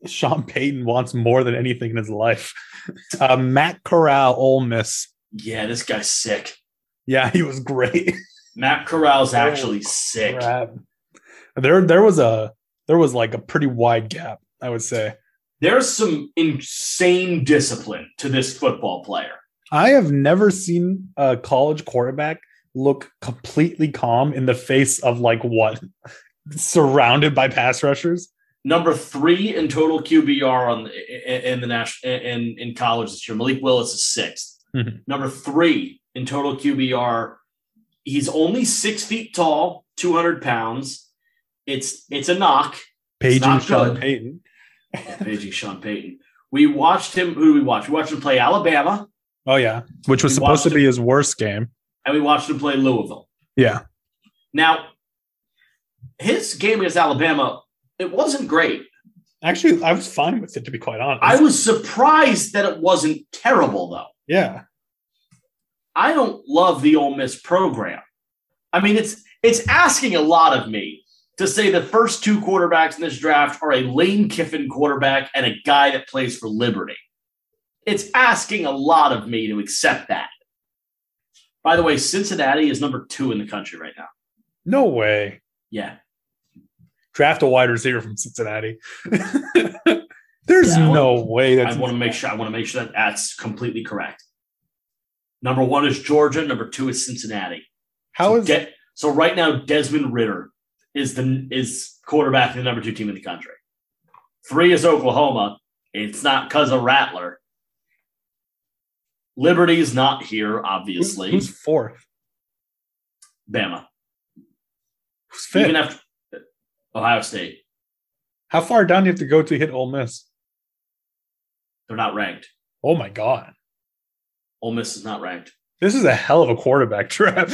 S2: Sean Payton wants more than anything in his life. Uh, Matt Corral, Ole Miss.
S1: Yeah, this guy's sick.
S2: Yeah, he was great.
S1: Matt Corral's
S2: Oh,
S1: actually sick.
S2: Crap. There, there was a there was like a pretty wide gap, I would say.
S1: There's some insane discipline to this football player.
S2: I have never seen a college quarterback look completely calm in the face of like what surrounded by pass rushers.
S1: Number three in total QBR on the, in the national in, in college this year. Malik Willis is 6th
S2: Mhm.
S1: Number three in total QBR. He's only six feet tall, two hundred pounds. It's it's a knock.
S2: Paging
S1: not
S2: Sean
S1: good.
S2: Payton.
S1: Paging Sean Payton. We watched him. Who do we watch? We watched him play Alabama,
S2: Oh yeah, which was
S1: We
S2: supposed to
S1: watched
S2: be his worst game.
S1: and we watched him play Louisville.
S2: Yeah,
S1: Now, his game against Alabama, it wasn't great.
S2: actually, I was fine with it to be quite honest.
S1: I was surprised that it wasn't terrible, though.
S2: yeah,
S1: I don't love the Ole Miss program. I mean, it's it's asking a lot of me to say the first two quarterbacks in this draft are a Lane Kiffin quarterback and a guy that plays for Liberty. It's asking a lot of me to accept that. By the way, Cincinnati is number two in the country right now.
S2: no way.
S1: Yeah.
S2: Draft a wide receiver from Cincinnati. There's
S1: Yeah, I
S2: no way that's
S1: I want to make sure I want to make sure that that's completely correct. Number one is Georgia. Number two is Cincinnati.
S2: how
S1: so
S2: is
S1: De- so right now Desmond Ritter is the is quarterback of the number two team in the country. Three is Oklahoma. It's not because of Rattler. Liberty's not here,
S2: who's,
S1: obviously.
S2: who's fourth?
S1: Bama.
S2: Who's fifth?
S1: Even after uh, Ohio State,
S2: how far down do you have to go to hit Ole Miss?
S1: they're not ranked.
S2: Oh my god,
S1: Ole Miss is not ranked.
S2: this is a hell of a quarterback draft.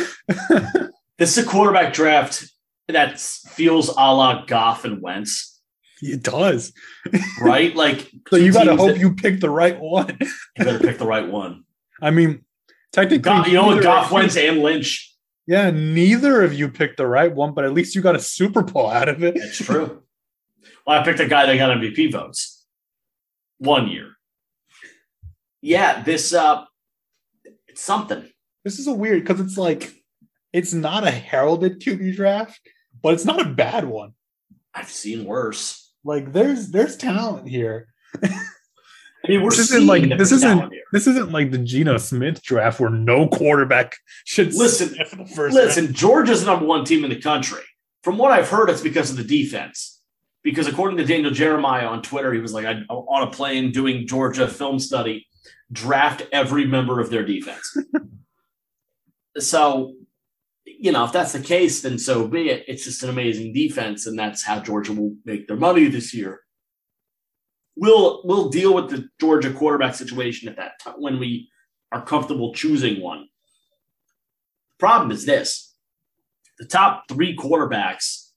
S1: This is a quarterback draft that feels a la Goff and Wentz.
S2: it does.
S1: right? Like,
S2: So
S1: two
S2: you got to
S1: teams
S2: hope
S1: that-
S2: you pick the right one.
S1: you better pick the right one.
S2: I mean, technically,
S1: Goff, you know what?
S2: neither-
S1: Goff wins and Lynch.
S2: Yeah, neither of you picked the right one, but at least you got a Super Bowl out of it.
S1: That's true. well, I picked a guy that got MVP votes one year. Yeah, this uh, it's something.
S2: This is a weird because it's like it's not a heralded QB draft, but it's not a bad one.
S1: I've seen worse.
S2: Like there's there's talent here.
S1: I mean, we're
S2: This isn't
S1: seeing
S2: like-
S1: that
S2: this
S1: there's
S2: isn't-
S1: talent here.
S2: This isn't like the Geno Smith draft where no quarterback should
S1: Listen,
S2: sniff in the first round.
S1: Listen, Georgia's the number one team in the country. From what I've heard, it's because of the defense. Because according to Daniel Jeremiah on Twitter, he was like, I'm on a plane doing Georgia film study, draft every member of their defense. so, you know, if that's the case, then so be it. It's just an amazing defense, and that's how Georgia will make their money this year. We'll we'll deal with the Georgia quarterback situation at that time when we are comfortable choosing one problem is this the top three quarterbacks,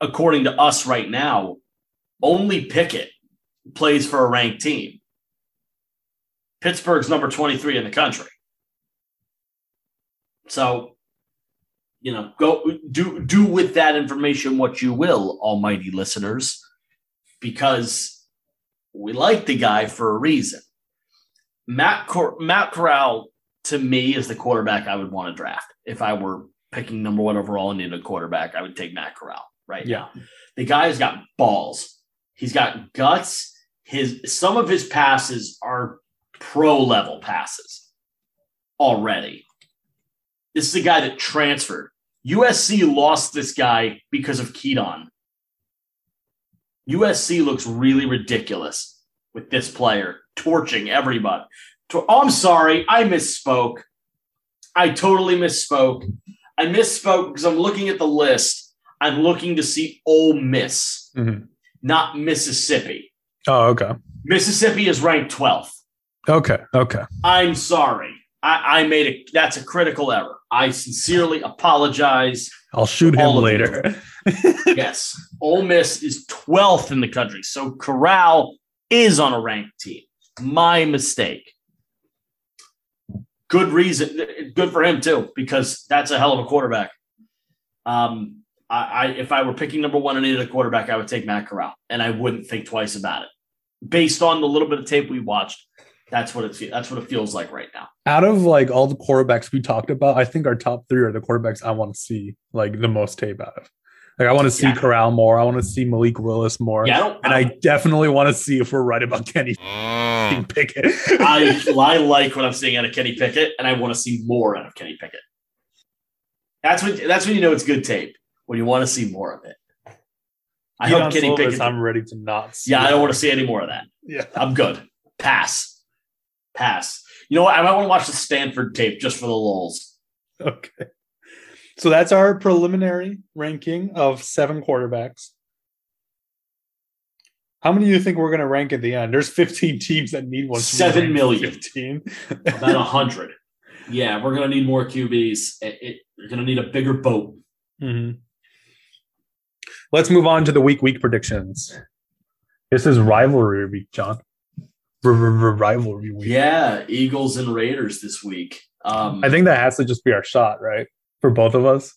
S1: according to us right now, only Pickett plays for a ranked team. Pittsburgh's number 23 in the country. So, you know, go do do with that information what you will, almighty listeners, because we like the guy for a reason. Matt Cor- Matt Corral to me is the quarterback I would want to draft. If I were picking number one overall and needed a quarterback, I would take Matt Corral right
S2: Yeah.
S1: the guy's got balls. He's got guts. His some of his passes are pro level passes already. This is a guy that transferred. USC lost this guy because of Keaton. USC looks really ridiculous with this player torching everybody. Tor- oh, I'm sorry, I misspoke. I totally misspoke. I misspoke because I'm looking at the list I'm looking to see Ole Miss.
S2: Mhm.
S1: not Mississippi.
S2: Oh, okay.
S1: Mississippi is ranked 12th.
S2: Okay. Okay.
S1: I'm sorry. I, I made a that's a critical error. I sincerely apologize.
S2: I'll shoot him
S1: All of
S2: later.
S1: yes, Ole Miss is 12th in the country. So Corral is on a ranked team. My mistake. Good reason. Good for him too, because that's a hell of a quarterback. Um, I, I if I were picking number one and needed a quarterback, I would take Matt Corral, and I wouldn't think twice about it. Based on the little bit of tape we watched, that's what it fe- that's what it feels like right now.
S2: Out of like all the quarterbacks we talked about, I think our top three are the quarterbacks I want to see like the most tape out of. Like I want to see
S1: Yeah.
S2: Corral more. I want to see Malik Willis more.
S1: Yeah, I don't.
S2: And I definitely want to see if we're right about Kenny
S3: Mm.
S2: Pickett.
S1: I, I like what I'm seeing out of Kenny Pickett, and I want to see more out of Kenny Pickett. That's when that's when you know it's good tape when you want to see more of it. I
S2: Deion
S1: hope Kenny
S2: Slovis,
S1: Pickett.
S2: I'm ready to not. See
S1: yeah, I don't want to see any more of that.
S2: Yeah.
S1: I'm good. Pass, pass. You know what? I might want to watch the Stanford tape just for the lulz.
S2: Okay. So that's our preliminary ranking of seven quarterbacks. How many do you think we're going to rank at the end? There's 15 teams that need one.
S1: Seven
S2: Rank
S1: million.
S2: 15.
S1: About a hundred. yeah, we're gonna need more QBs. It, it, you're gonna need a bigger boat.
S2: Mhm. Let's move on to the week week predictions. This is rivalry week, John. R- r- r- rivalry week.
S1: Yeah, Eagles and Raiders this week. Um,
S2: I think that has to just be our shot, right? For both of us.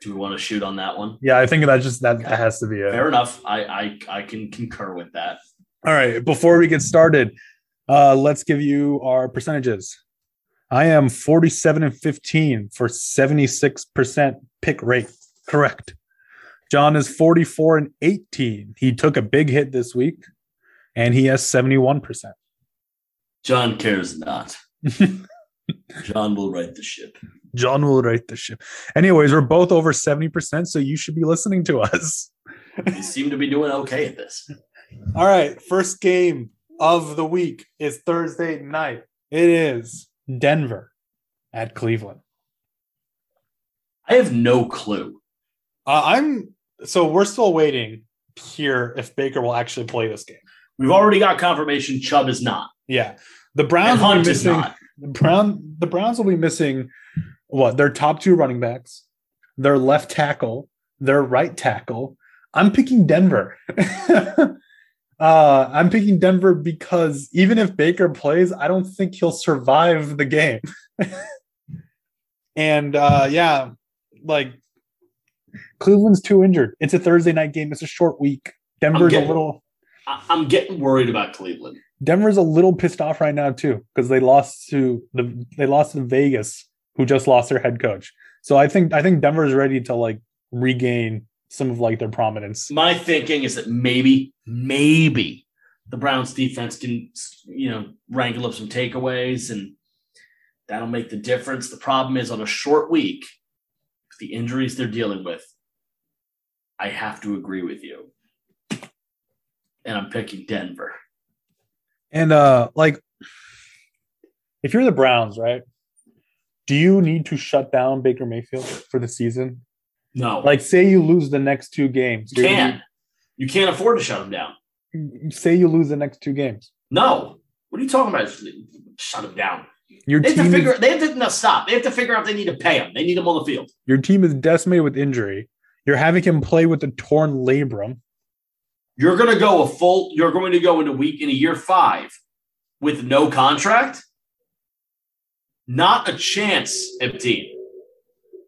S1: Do we want to shoot on that one?
S2: Yeah, I think that just that, that has to be it.
S1: Fair enough. I, I I can concur with that.
S2: All right. Before we get started, uh, let's give you our percentages. I am 47 and 15 for 76% pick rate. Correct. John is 44 and 18. He took a big hit this week and he has 71%.
S1: John cares not. John will right the ship.
S2: John will write the ship. Anyways, we're both over 70%, so you should be listening to us.
S1: We seem to be doing okay at this.
S2: All right, first game of the week is Thursday night. It is Denver at Cleveland.
S1: I have no clue.
S2: Uh, I'm so we're still waiting to hear if Baker will actually play this game.
S1: We've already got confirmation Chubb is not.
S2: Yeah, the
S1: And
S2: Browns will
S1: Hunt
S2: be
S1: is
S2: missing.
S1: not.
S2: The Brown, the Browns will be missing what their top two running backs, their left tackle, their right tackle. I'm picking Denver. uh, I'm picking Denver because even if Baker plays, I don't think he'll survive the game. and uh, yeah, like Cleveland's too injured. It's a Thursday night game. It's a short week. Denver's a
S1: getting-
S2: little
S1: I, I'm getting worried about Cleveland.
S2: Denver's a little pissed off right now too because they lost to the they lost to Vegas, who just lost their head coach. So I think I think Denver's ready to like regain some of like their prominence.
S1: My thinking is that maybe, maybe the Browns defense can, you know, wrangle up some takeaways and that'll make the difference. The problem is on a short week, with the injuries they're dealing with, I have to agree with you. And I'm picking Denver.
S2: And uh like if you're the Browns, right? Do you need to shut down Baker Mayfield for the season?
S1: No,
S2: Like say you lose the next two games.
S1: you can't. You can't afford to shut them down.
S2: Say you lose the next two games.
S1: No. What are you talking about? Shut them down.
S2: Your
S1: They have
S2: team
S1: to
S2: is-
S1: figure. They have to no, stop. They have to figure out. if They need to pay them. They need them on the field.
S2: your team is decimated with injury. You're having him play with a torn labrum.
S1: You're going to go a full. You're going to go into week in a year five with no contract. Not a chance, Ipteen.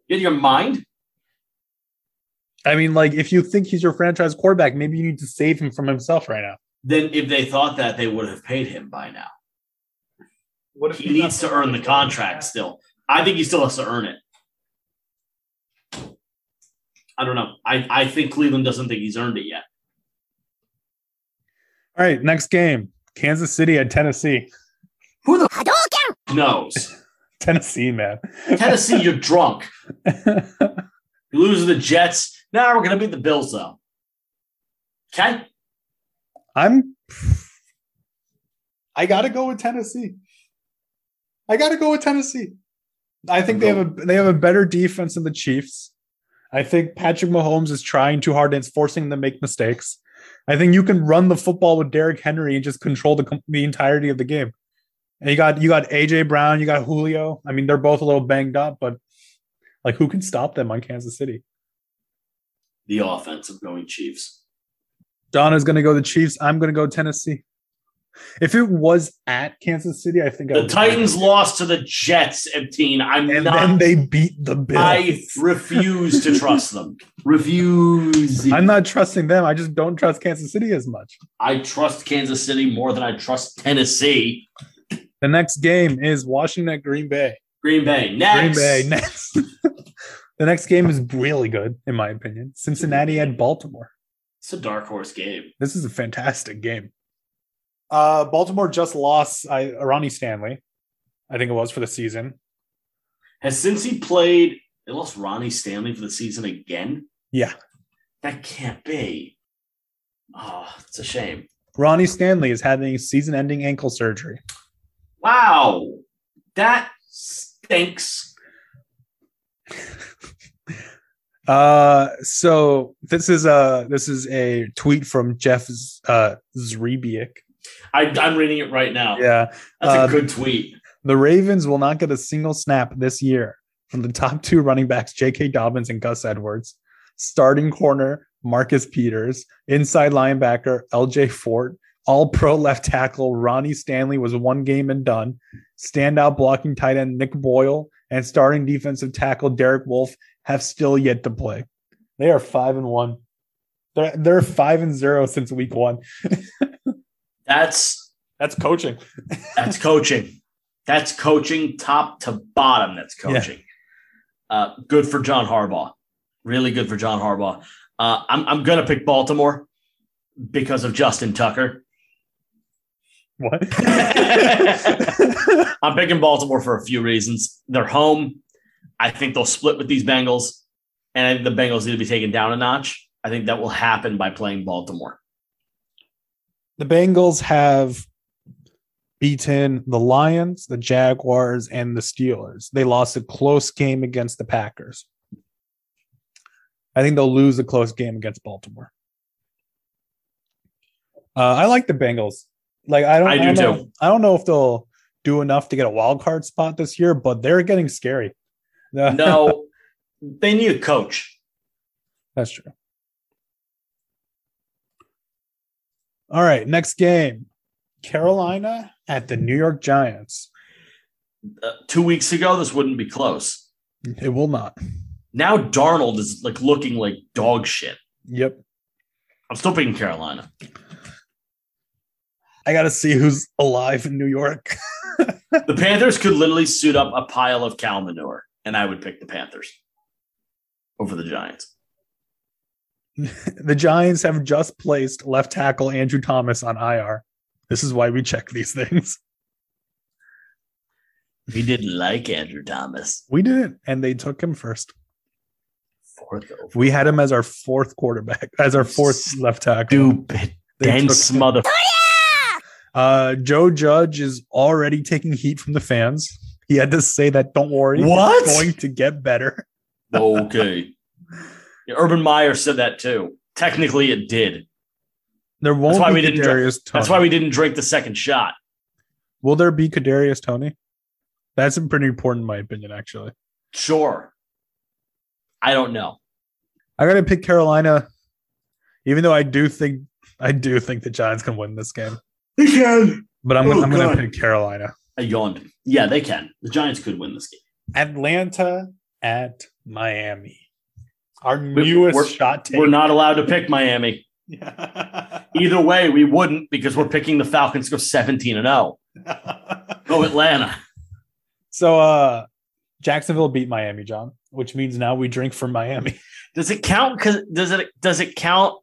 S1: In your mind,
S2: I mean, like, if you think he's your franchise quarterback, maybe you need to save him from himself right now.
S1: then if they thought that, they would have paid him by now.
S2: What
S1: He needs to earn the contract still. I think he still has to earn it. I don't know. I, I think Cleveland doesn't think he's earned it yet.
S2: All right, next game: Kansas City at Tennessee.
S1: Who the f- knows?
S2: Tennessee, man.
S1: Tennessee, you're drunk. You lose to the Jets. Now we're going to beat the Bills, though. Okay.
S2: I'm. I gotta go with Tennessee. I gotta go with Tennessee. I think they have a they have a better defense than the Chiefs. I think Patrick Mahomes is trying too hard and it's forcing them to make mistakes. I think you can run the football with Derrick Henry and just control the com- the entirety of the game. And you got you got AJ Brown, you got Julio. I mean, they're both a little banged up, but like who can stop them on Kansas City?
S1: The offense of going Chiefs.
S2: Donna's going to go the Chiefs. I'm going to go Tennessee. If it was at Kansas City, I think I
S1: The
S2: would-
S1: Titans lost to the Jets, Epteen. I'm
S2: and then
S1: not.
S2: they beat the Bills.
S1: I refuse to trust them. Refuse.
S2: I'm not trusting them. I just don't trust Kansas City as much.
S1: I trust Kansas City more than I trust Tennessee.
S2: The next game is Washington at Green Bay.
S1: Green Bay next.
S2: Green Bay next. the next game is really good, in my opinion. Cincinnati at Baltimore.
S1: It's a dark horse game.
S2: This is a fantastic game. Uh, Baltimore just lost I, Ronnie Stanley, I think it was for the season.
S1: Has since he played, they lost Ronnie Stanley for the season again.
S2: Yeah,
S1: That can't be. Oh, it's a shame.
S2: Ronnie Stanley is having season-ending ankle surgery.
S1: Wow, that stinks.
S2: Uh, so this is a this is a tweet from Jeff Z- uh, Zrebiak.
S1: I, I'm reading it right now.
S2: Yeah,
S1: That's a
S2: um,
S1: good tweet.
S2: the Ravens will not get a single snap this year from the top two running backs, J.K. Dobbins and Gus Edwards, starting corner Marcus Peters, inside linebacker L.J. Fort, all pro left tackle Ronnie Stanley was one game and done, standout blocking tight end Nick Boyle, and starting defensive tackle Derek Wolf have still yet to play. They are five and one. They're, they're five and zero since week one.
S1: That's
S2: That's coaching.
S1: that's coaching. That's coaching top to bottom. That's
S2: Yeah.
S1: coaching. Uh, good for John Harbaugh. Really good for John Harbaugh. Uh, I'm I'm gonna pick Baltimore because of Justin Tucker.
S2: What?
S1: I'm picking Baltimore for a few reasons. They're home. I think they'll split with these Bengals, and I think the Bengals need to be taken down a notch. I think that will happen by playing Baltimore.
S2: the Bengals have beaten the Lions, the Jaguars, and the Steelers. They lost a close game against the Packers. I think they'll lose a close game against Baltimore. Uh, I like the Bengals. Like I don't,
S1: I do
S2: don't know,
S1: too.
S2: I don't know if they'll do enough to get a wild card spot this year, but they're getting scary.
S1: No, they need a coach.
S2: That's true. All right, next game. Carolina at the New York Giants.
S1: Uh, two weeks ago, this wouldn't be close.
S2: It will not.
S1: Now Darnold is like looking like dog shit.
S2: Yep.
S1: I'm still picking Carolina.
S2: I got to see who's alive in New York.
S1: The Panthers could literally suit up a pile of cow manure, and I would pick the Panthers over the Giants.
S2: the Giants have just placed left tackle Andrew Thomas on IR. This is why we check these things.
S1: We didn't like Andrew Thomas.
S2: We didn't, and they took him first.
S1: Fourth over.
S2: We had him as our fourth quarterback, as our fourth left tackle.
S1: Stupid.
S2: They took
S1: dense
S2: him.
S1: mother.
S2: Uh, Joe Judge is already taking heat from the fans. He had to say that, don't worry, it's
S1: What?
S2: going to get better.
S1: okay. Yeah, Urban Meyer said that too. Technically, it did.
S2: There won't
S1: why
S2: be
S1: we didn't dra-
S2: Kadarius Tony.
S1: That's why we didn't drink the second shot.
S2: Will there be Kadarius Tony? That's pretty important, in my opinion, actually.
S1: Sure. I don't know.
S2: I gotta pick Carolina, even though I do think I do think the Giants can win this game.
S1: They can.
S2: But I'm,
S1: Oh,
S2: I'm gonna
S1: God.
S2: pick Carolina.
S1: I yawned. Yeah, they can. The Giants could win this game.
S2: Atlanta at Miami. Our
S1: newest we're-
S2: shot
S1: We're not allowed to pick Miami. Either way, we wouldn't because we're picking the Falcons to go 17 and 0. Go Atlanta.
S2: so uh Jacksonville beat Miami, John, which means now we drink for Miami.
S1: Does it count cuz does it does it count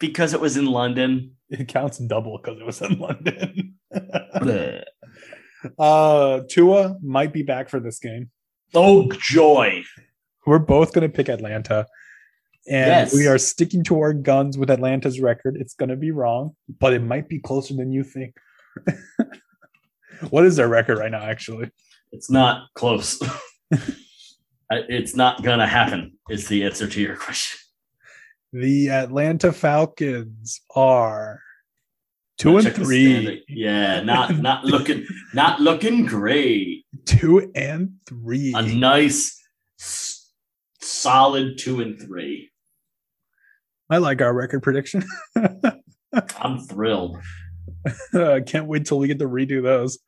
S1: because it was in London?
S2: It counts double because it was in London.
S1: Bleh.
S2: uh Tua might be back for this game.
S1: oh joy.
S2: We're both going to pick Atlanta. And
S1: Yes.
S2: we are sticking to our guns with Atlanta's record. It's going to be wrong, but it might be closer than you think. what is their record right now, actually?
S1: It's not close. I- it's not gonna happen. Is the answer to your question?
S2: The Atlanta Falcons are two
S1: Gotta
S2: and
S1: check the
S2: three.
S1: standing. Yeah, not not looking not looking great.
S2: Two and three.
S1: A nice s- solid two and three.
S2: I like our record prediction.
S1: I'm thrilled.
S2: I Uh, can't wait till we get to redo those.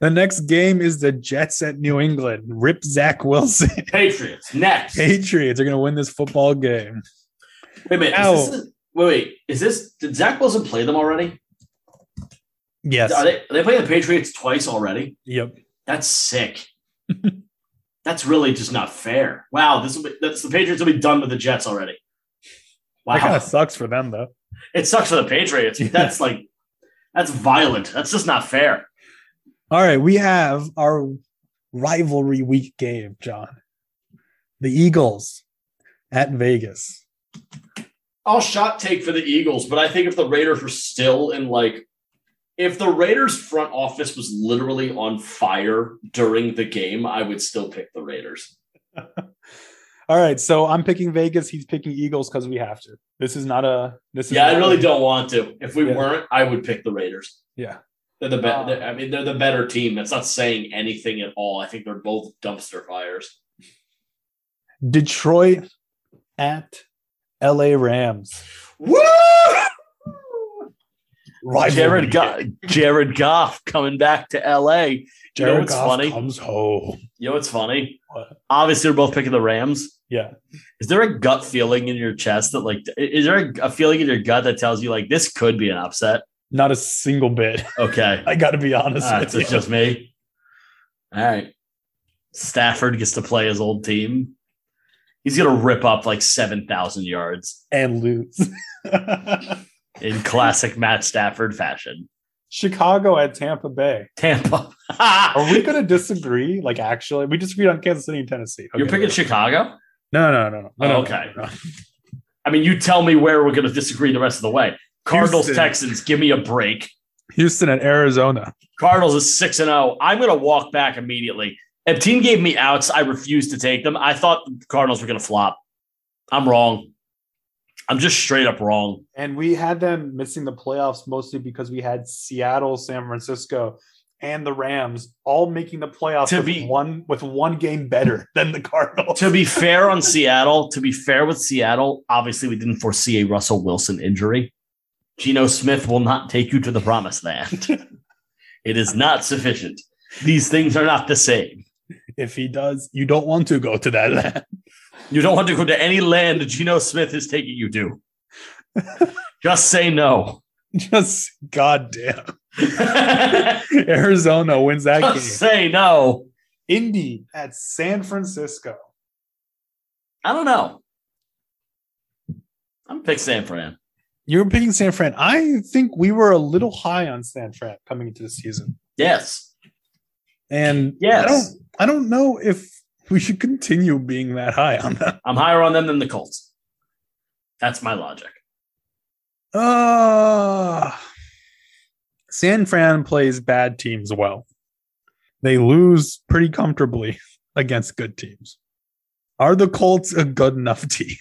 S2: The next game is the Jets at New England. Rip Zach Wilson.
S1: Patriots next. Wait
S2: Patriots are going to win this football game.
S1: a minute.
S2: Ow.
S1: Is this, the- wait, wait. Is this did Zach Wilson play them already?
S2: Yes.
S1: Are they are they playing the Patriots twice already?
S2: Yep.
S1: That's sick. that's really just not fair. Wow, this will be that's the Patriots will be done with the Jets already. Wow.
S2: That kind of sucks for them though.
S1: It sucks for the Patriots.
S2: Yeah.
S1: That's like that's violent. That's just not fair.
S2: All right, we have our rivalry week game, John. The Eagles at Vegas.
S1: I'll shot take for the Eagles, but I think if the Raiders were still in like if the Raiders front office was literally on fire during the game, I would still pick the Raiders.
S2: All right, so I'm picking Vegas. He's picking Eagles because we have to. This is not a. This is
S1: Yeah, I
S2: not
S1: really
S2: a-
S1: don't want to. If we
S2: Yeah.
S1: weren't, I would pick the Raiders.
S2: Yeah,
S1: They're the
S2: Ah.
S1: better. I mean, they're the better team. That's not saying anything at all. I think they're both dumpster fires.
S2: Detroit at L.A. Rams.
S1: Woo!
S2: Rivalry.
S1: Jared Goff, Jared Goff coming back to L.A. you know
S2: Jared
S1: what's
S2: Goff
S1: funny?
S2: comes home.
S1: You know what's funny?
S2: What?
S1: Obviously, we're both picking the Rams.
S2: Yeah.
S1: Is there a gut feeling in your chest that like is there a, a feeling in your gut that tells you like this could be an upset?
S2: Not a single bit.
S1: Okay.
S2: I got to be honest
S1: Ah,
S2: with
S1: it's
S2: you.
S1: just me. All right. Stafford gets to play his old team. He's gonna rip up like seven thousand yards
S2: and lose.
S1: in classic Matt Stafford fashion.
S2: Chicago at Tampa Bay.
S1: Tampa.
S2: Are we going to disagree? Like, actually, we disagreed on Kansas City and Tennessee.
S1: You're
S2: Okay.
S1: picking Chicago?
S2: No, no, no, no. no,
S1: Oh,
S2: no,
S1: okay.
S2: no, no.
S1: I mean, you tell me where we're gonna disagree the rest of the way. Cardinals,
S2: Houston.
S1: Texans, give me a break.
S2: Houston and Arizona.
S1: Cardinals is 6 and 0. I'm going to walk back immediately. If team gave me outs, I refused to take them. I thought the Cardinals were going to flop. I'm wrong. I'm just straight up wrong.
S2: And we had them missing the playoffs mostly because we had Seattle, San Francisco, and the Rams all making the playoffs
S1: To
S2: with
S1: be-
S2: one with one game better than the Cardinals.
S1: To be fair on Seattle, to be fair with Seattle, obviously we didn't foresee a Russell Wilson injury. Geno Smith will not take you to the promised land. it is not sufficient. These things are not the same.
S2: if he does, you don't want to go to that land.
S1: You don't want to go to any land that Geno Smith is taking you to. just say no.
S2: Just goddamn. Arizona wins that
S1: Just
S2: game.
S1: say no.
S2: Indy at San Francisco.
S1: I don't know. I'm pick San Fran.
S2: You're picking San Fran. I think we were a little high on San Fran coming into the season.
S1: Yes.
S2: And
S1: Yes.
S2: I don't I don't know if we should continue being that high on them.
S1: I'm higher on them than the Colts. That's my logic.
S2: Uh San Fran plays bad teams well. They lose pretty comfortably against good teams. Are the Colts a good enough team?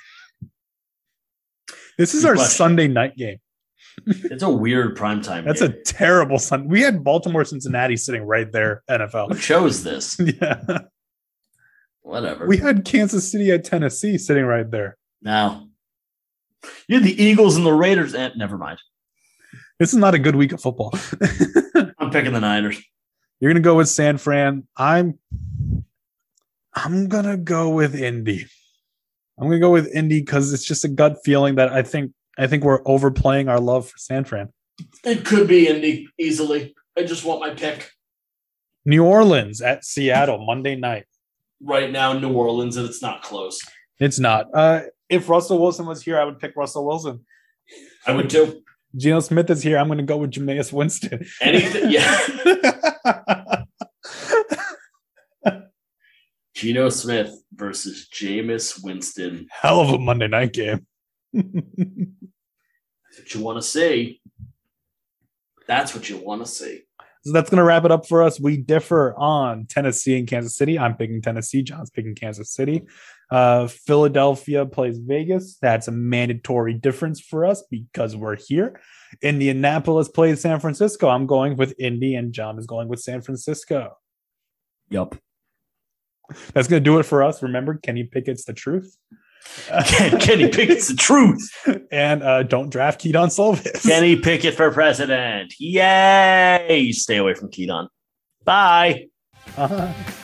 S2: This is
S1: Good
S2: our
S1: question.
S2: Sunday night game.
S1: It's a weird primetime.
S2: That's a
S1: game.
S2: terrible Sun. We had Baltimore Cincinnati sitting right there,
S1: Who
S2: NFL.
S1: chose this?
S2: Yeah.
S1: Whatever.
S2: We had Kansas City at Tennessee sitting right there.
S1: now. You had the Eagles and the Raiders. And never mind.
S2: This is not a good week of football.
S1: I'm picking the Niners.
S2: You're gonna go with San Fran. I'm I'm gonna go with Indy. I'm gonna go with Indy because it's just a gut feeling that I think I think we're overplaying our love for San Fran.
S1: It could be Indy easily. I just want my pick
S2: New Orleans at Seattle Monday night.
S1: right now. New Orleans, and it's not close.
S2: It's not. Uh, if Russell Wilson was here, I would pick Russell Wilson.
S1: I would do
S2: Geno Smith is here. I'm gonna go with Jameis Winston.
S1: anything. Yeah. Geno Smith versus Jameis Winston.
S2: Hell of a Monday night game.
S1: That's what you want to see. That's what you want to see.
S2: So that's going to wrap it up for us. We differ on Tennessee and Kansas City. I'm picking Tennessee. John's picking Kansas City. Uh, Philadelphia plays Vegas. That's a mandatory difference for us because we're here. Indianapolis plays San Francisco. I'm going with Indy, and John is going with San Francisco.
S4: Yup.
S2: That's going to do it for us. Remember, Kenny Pickett's the truth.
S1: Kenny Pickett's the truth.
S2: and uh, don't draft Keaton Slovis.
S1: Kenny Pickett for president. Yay! Stay away from Keaton. Bye.
S2: Uh-huh.